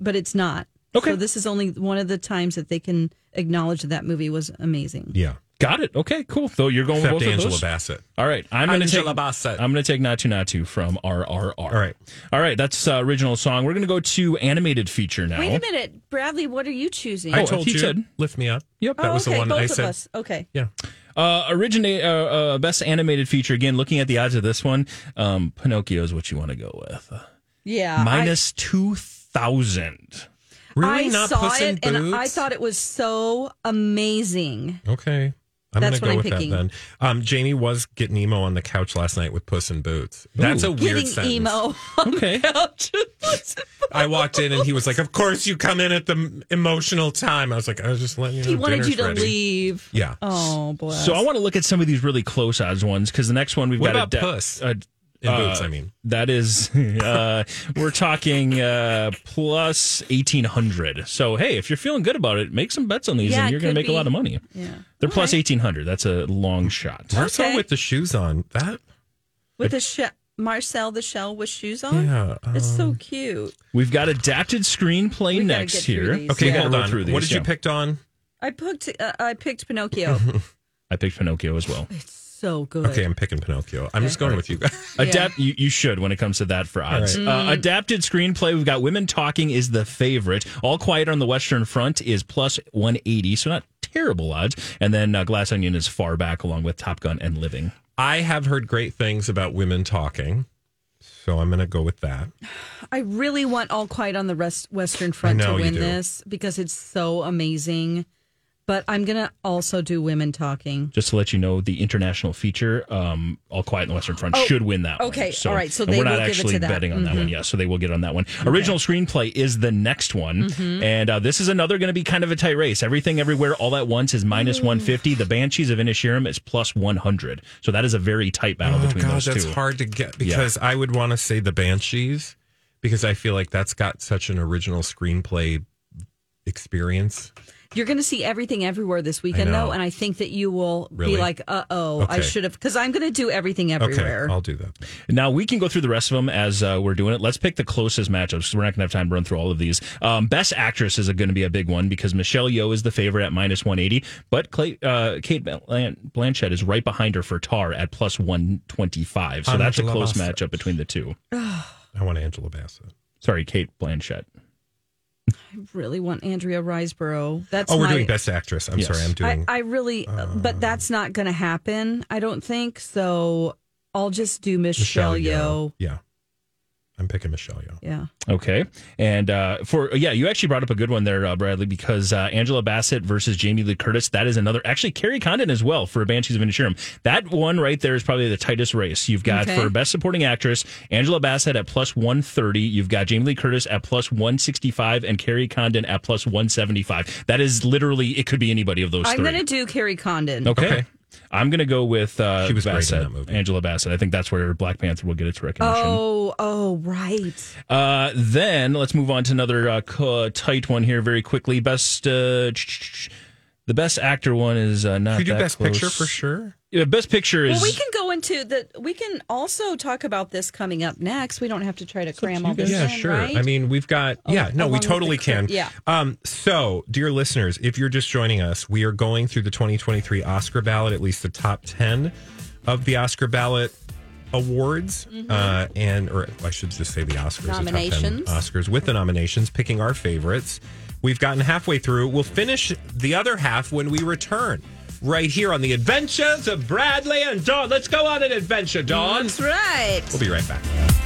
[SPEAKER 2] but it's not.
[SPEAKER 9] Okay.
[SPEAKER 2] So this is only one of the times that they can acknowledge that that movie was amazing.
[SPEAKER 9] Oh,
[SPEAKER 1] Yeah.
[SPEAKER 9] Got it. Okay, cool. So you're going
[SPEAKER 1] Except
[SPEAKER 9] with both
[SPEAKER 1] Angela
[SPEAKER 9] of those?
[SPEAKER 1] Bassett.
[SPEAKER 9] All right, I'm going to take
[SPEAKER 1] Angela Bassett.
[SPEAKER 9] I'm going to take Natu Natu from RRR. All
[SPEAKER 1] right.
[SPEAKER 9] all right. That's uh, original song. We're going to go to animated feature now.
[SPEAKER 3] Wait a minute, Bradley. What are you choosing?
[SPEAKER 9] I
[SPEAKER 1] I
[SPEAKER 9] Oh,
[SPEAKER 1] told
[SPEAKER 9] he
[SPEAKER 1] you.
[SPEAKER 9] said-
[SPEAKER 1] Lift me up.
[SPEAKER 9] Yep.
[SPEAKER 1] That
[SPEAKER 2] oh,
[SPEAKER 1] was the
[SPEAKER 2] okay,
[SPEAKER 1] one
[SPEAKER 2] both
[SPEAKER 1] I
[SPEAKER 2] of
[SPEAKER 1] said.
[SPEAKER 2] us. Okay.
[SPEAKER 1] Yeah.
[SPEAKER 9] Uh, originate uh, uh, best animated feature again. Looking at the odds of this one, um, Pinocchio is what you want to go with.
[SPEAKER 2] Uh, Yeah.
[SPEAKER 9] Minus two thousand.
[SPEAKER 2] I,
[SPEAKER 1] Really?
[SPEAKER 2] I
[SPEAKER 1] not
[SPEAKER 2] saw
[SPEAKER 1] Puss in
[SPEAKER 2] it and I
[SPEAKER 1] Boots?
[SPEAKER 2] thought it was so amazing.
[SPEAKER 1] Okay. I'm
[SPEAKER 2] That's
[SPEAKER 1] gonna
[SPEAKER 2] what
[SPEAKER 1] go
[SPEAKER 2] I'm
[SPEAKER 1] with
[SPEAKER 2] picking.
[SPEAKER 1] that then. Um, Jamie was getting emo on the couch last night with Puss in Boots. That's
[SPEAKER 9] Ooh.
[SPEAKER 1] a weird
[SPEAKER 2] Getting
[SPEAKER 1] sentence.
[SPEAKER 2] emo on
[SPEAKER 9] Okay.
[SPEAKER 2] the couch.
[SPEAKER 1] [LAUGHS] I walked in and he was like, "Of course you come in at the m- emotional time." I was like, "I was just letting you know."
[SPEAKER 2] he wanted
[SPEAKER 1] dinner's
[SPEAKER 2] you to
[SPEAKER 1] ready."
[SPEAKER 2] leave.
[SPEAKER 1] Yeah.
[SPEAKER 2] Oh, boy.
[SPEAKER 9] So I want to look at some of these really close odds ones because the next one we've
[SPEAKER 1] What
[SPEAKER 9] got
[SPEAKER 1] about
[SPEAKER 9] a de-
[SPEAKER 1] Puss?
[SPEAKER 9] a-
[SPEAKER 2] Uh,
[SPEAKER 1] In Boots, I mean.
[SPEAKER 9] that is [LAUGHS] uh, we're talking uh, plus eighteen hundred. So hey, if you're feeling good about it, make some bets on these,
[SPEAKER 2] Yeah,
[SPEAKER 9] and
[SPEAKER 2] it
[SPEAKER 9] you're going
[SPEAKER 2] could
[SPEAKER 9] to make
[SPEAKER 2] be.
[SPEAKER 9] a lot of money.
[SPEAKER 2] Yeah.
[SPEAKER 9] They're eighteen hundred. That's a long shot.
[SPEAKER 1] Marcel
[SPEAKER 2] Okay.
[SPEAKER 1] with the shoes on. That
[SPEAKER 2] with the she- Marcel the shell with shoes on.
[SPEAKER 1] yeah. um,
[SPEAKER 2] It's so cute.
[SPEAKER 9] We've got adapted
[SPEAKER 2] We
[SPEAKER 9] screenplay
[SPEAKER 2] gotta
[SPEAKER 9] next
[SPEAKER 2] get through
[SPEAKER 9] here.
[SPEAKER 2] these.
[SPEAKER 1] Okay,
[SPEAKER 2] Yeah.
[SPEAKER 1] hold
[SPEAKER 9] We'll go
[SPEAKER 1] on.
[SPEAKER 9] through these,
[SPEAKER 1] what did
[SPEAKER 9] yeah.
[SPEAKER 1] you pick, Dawn?
[SPEAKER 2] I picked uh, I
[SPEAKER 1] [LAUGHS]
[SPEAKER 2] picked Pinocchio.
[SPEAKER 9] I picked Pinocchio as well.
[SPEAKER 2] it's so good.
[SPEAKER 1] Okay, I'm picking Pinocchio. I'm just going with you [LAUGHS] guys.
[SPEAKER 9] Adapt. You, you should when it comes to that for odds.
[SPEAKER 1] right.
[SPEAKER 9] Uh, adapted screenplay. We've got Women Talking is the favorite. All Quiet on the Western Front is plus one eighty, so not terrible odds. And then uh, Glass Onion is far back, along with Top Gun and Living.
[SPEAKER 1] I have heard great things about women talking, so I'm going to go with that.
[SPEAKER 2] I really want All Quiet on the rest, Western Front to
[SPEAKER 1] know you
[SPEAKER 2] win
[SPEAKER 1] do.
[SPEAKER 2] this because it's so amazing. But I'm gonna also do Women Talking.
[SPEAKER 9] Just to let you know, the international feature, um, All Quiet on the Western Front,
[SPEAKER 2] Oh,
[SPEAKER 9] should win that one.
[SPEAKER 2] okay, all right, so
[SPEAKER 9] and
[SPEAKER 2] they
[SPEAKER 9] we're
[SPEAKER 2] will
[SPEAKER 9] not
[SPEAKER 2] give it to
[SPEAKER 9] actually
[SPEAKER 2] that. Mm-hmm.
[SPEAKER 9] betting on that one, yeah. So they will get on that one. Original screenplay is the next one,
[SPEAKER 2] Mm-hmm.
[SPEAKER 9] and uh, this is another going to be kind of a tight race. Everything, everywhere, all at once is
[SPEAKER 2] Mm.
[SPEAKER 9] minus one fifty. The Banshees of Inisherim is plus one hundred. So that is a very tight battle
[SPEAKER 1] Oh
[SPEAKER 9] between
[SPEAKER 1] God,
[SPEAKER 9] those two.
[SPEAKER 1] that's hard to get because I would want to say the Banshees because I feel like that's got such an original screenplay experience.
[SPEAKER 2] You're gonna see everything everywhere this weekend
[SPEAKER 1] know.
[SPEAKER 2] though, and I think that you will
[SPEAKER 1] Really?
[SPEAKER 2] be like, uh oh, I
[SPEAKER 1] Okay.
[SPEAKER 2] should have because I'm gonna do everything everywhere.
[SPEAKER 1] Okay, I'll do that.
[SPEAKER 9] Now we can go through the rest of them as uh, we're doing it. Let's pick the closest matchups. 'cause We're not going to have time to run through all of these. Um, best actress is going to be a big one because Michelle Yeoh is the favorite at minus one eighty, but Clay, uh, Kate Blan- Blanchett is right behind her for Tar at plus one twenty five. So
[SPEAKER 1] I'm
[SPEAKER 9] that's a
[SPEAKER 1] Angela
[SPEAKER 9] close
[SPEAKER 1] Bassett.
[SPEAKER 9] matchup between the two.
[SPEAKER 1] I want Angela Bassett.
[SPEAKER 9] Sorry, Kate Blanchett.
[SPEAKER 2] I really want Andrea Riseborough. That's
[SPEAKER 1] Oh, we're
[SPEAKER 2] my-
[SPEAKER 1] doing Best Actress. I'm
[SPEAKER 9] Yes.
[SPEAKER 1] sorry, I'm doing.
[SPEAKER 2] I, I really, uh, but that's not going to happen. I don't think so. I'll just do Michelle, Yeoh.
[SPEAKER 1] Yeah, I'm picking Michelle Yeoh.
[SPEAKER 2] Yeah,
[SPEAKER 9] Okay, and uh, for yeah, you actually brought up a good one there, uh, Bradley, because uh, Angela Bassett versus Jamie Lee Curtis. That is another actually Carrie Condon as well for Banshees of Inisherim. That one right there is probably the tightest race you've got
[SPEAKER 2] Okay.
[SPEAKER 9] for Best Supporting Actress. Angela Bassett at plus one thirty. You've got Jamie Lee Curtis at plus one sixty five and Carrie Condon at plus one seventy five. That is literally it could be anybody of those
[SPEAKER 2] I'm
[SPEAKER 9] 3
[SPEAKER 2] going to do Carrie Condon.
[SPEAKER 9] okay.
[SPEAKER 1] Okay.
[SPEAKER 9] I'm gonna go with uh,
[SPEAKER 1] She was great in
[SPEAKER 9] Bassett,
[SPEAKER 1] that movie.
[SPEAKER 9] Angela Bassett. I think that's where Black Panther will get its recognition.
[SPEAKER 2] Oh, oh, right.
[SPEAKER 9] Uh, then let's move on to another uh, co- tight one here very quickly. Best uh, ch- ch- the best actor one is uh, not
[SPEAKER 1] Could you
[SPEAKER 9] that
[SPEAKER 1] do Best
[SPEAKER 9] close.
[SPEAKER 1] Picture for sure?
[SPEAKER 9] Yeah, best picture is
[SPEAKER 2] Well, we can go into the. We can also talk about this coming up next. We don't have to try to cram all this.
[SPEAKER 1] Yeah,
[SPEAKER 2] in,
[SPEAKER 1] sure.
[SPEAKER 2] right?
[SPEAKER 1] I mean, we've got
[SPEAKER 2] Oh,
[SPEAKER 1] yeah, no, we
[SPEAKER 2] along with the
[SPEAKER 1] totally
[SPEAKER 2] crew.
[SPEAKER 1] can.
[SPEAKER 2] Yeah.
[SPEAKER 1] Um so, dear listeners, if you're just joining us, we are going through the 2023 Oscar ballot, at least the top 10 of the Oscar ballot awards
[SPEAKER 2] Mm-hmm.
[SPEAKER 1] uh and or I should just say the Oscars, the top 10
[SPEAKER 3] Nominations.
[SPEAKER 1] Oscars with the nominations, picking our favorites. We've gotten halfway through. We'll finish the other half when we return. Right here on the Adventures of Bradley and Dawn. Let's go on an adventure, Dawn.
[SPEAKER 3] That's
[SPEAKER 2] Mm-hmm.
[SPEAKER 3] right.
[SPEAKER 1] We'll be right back.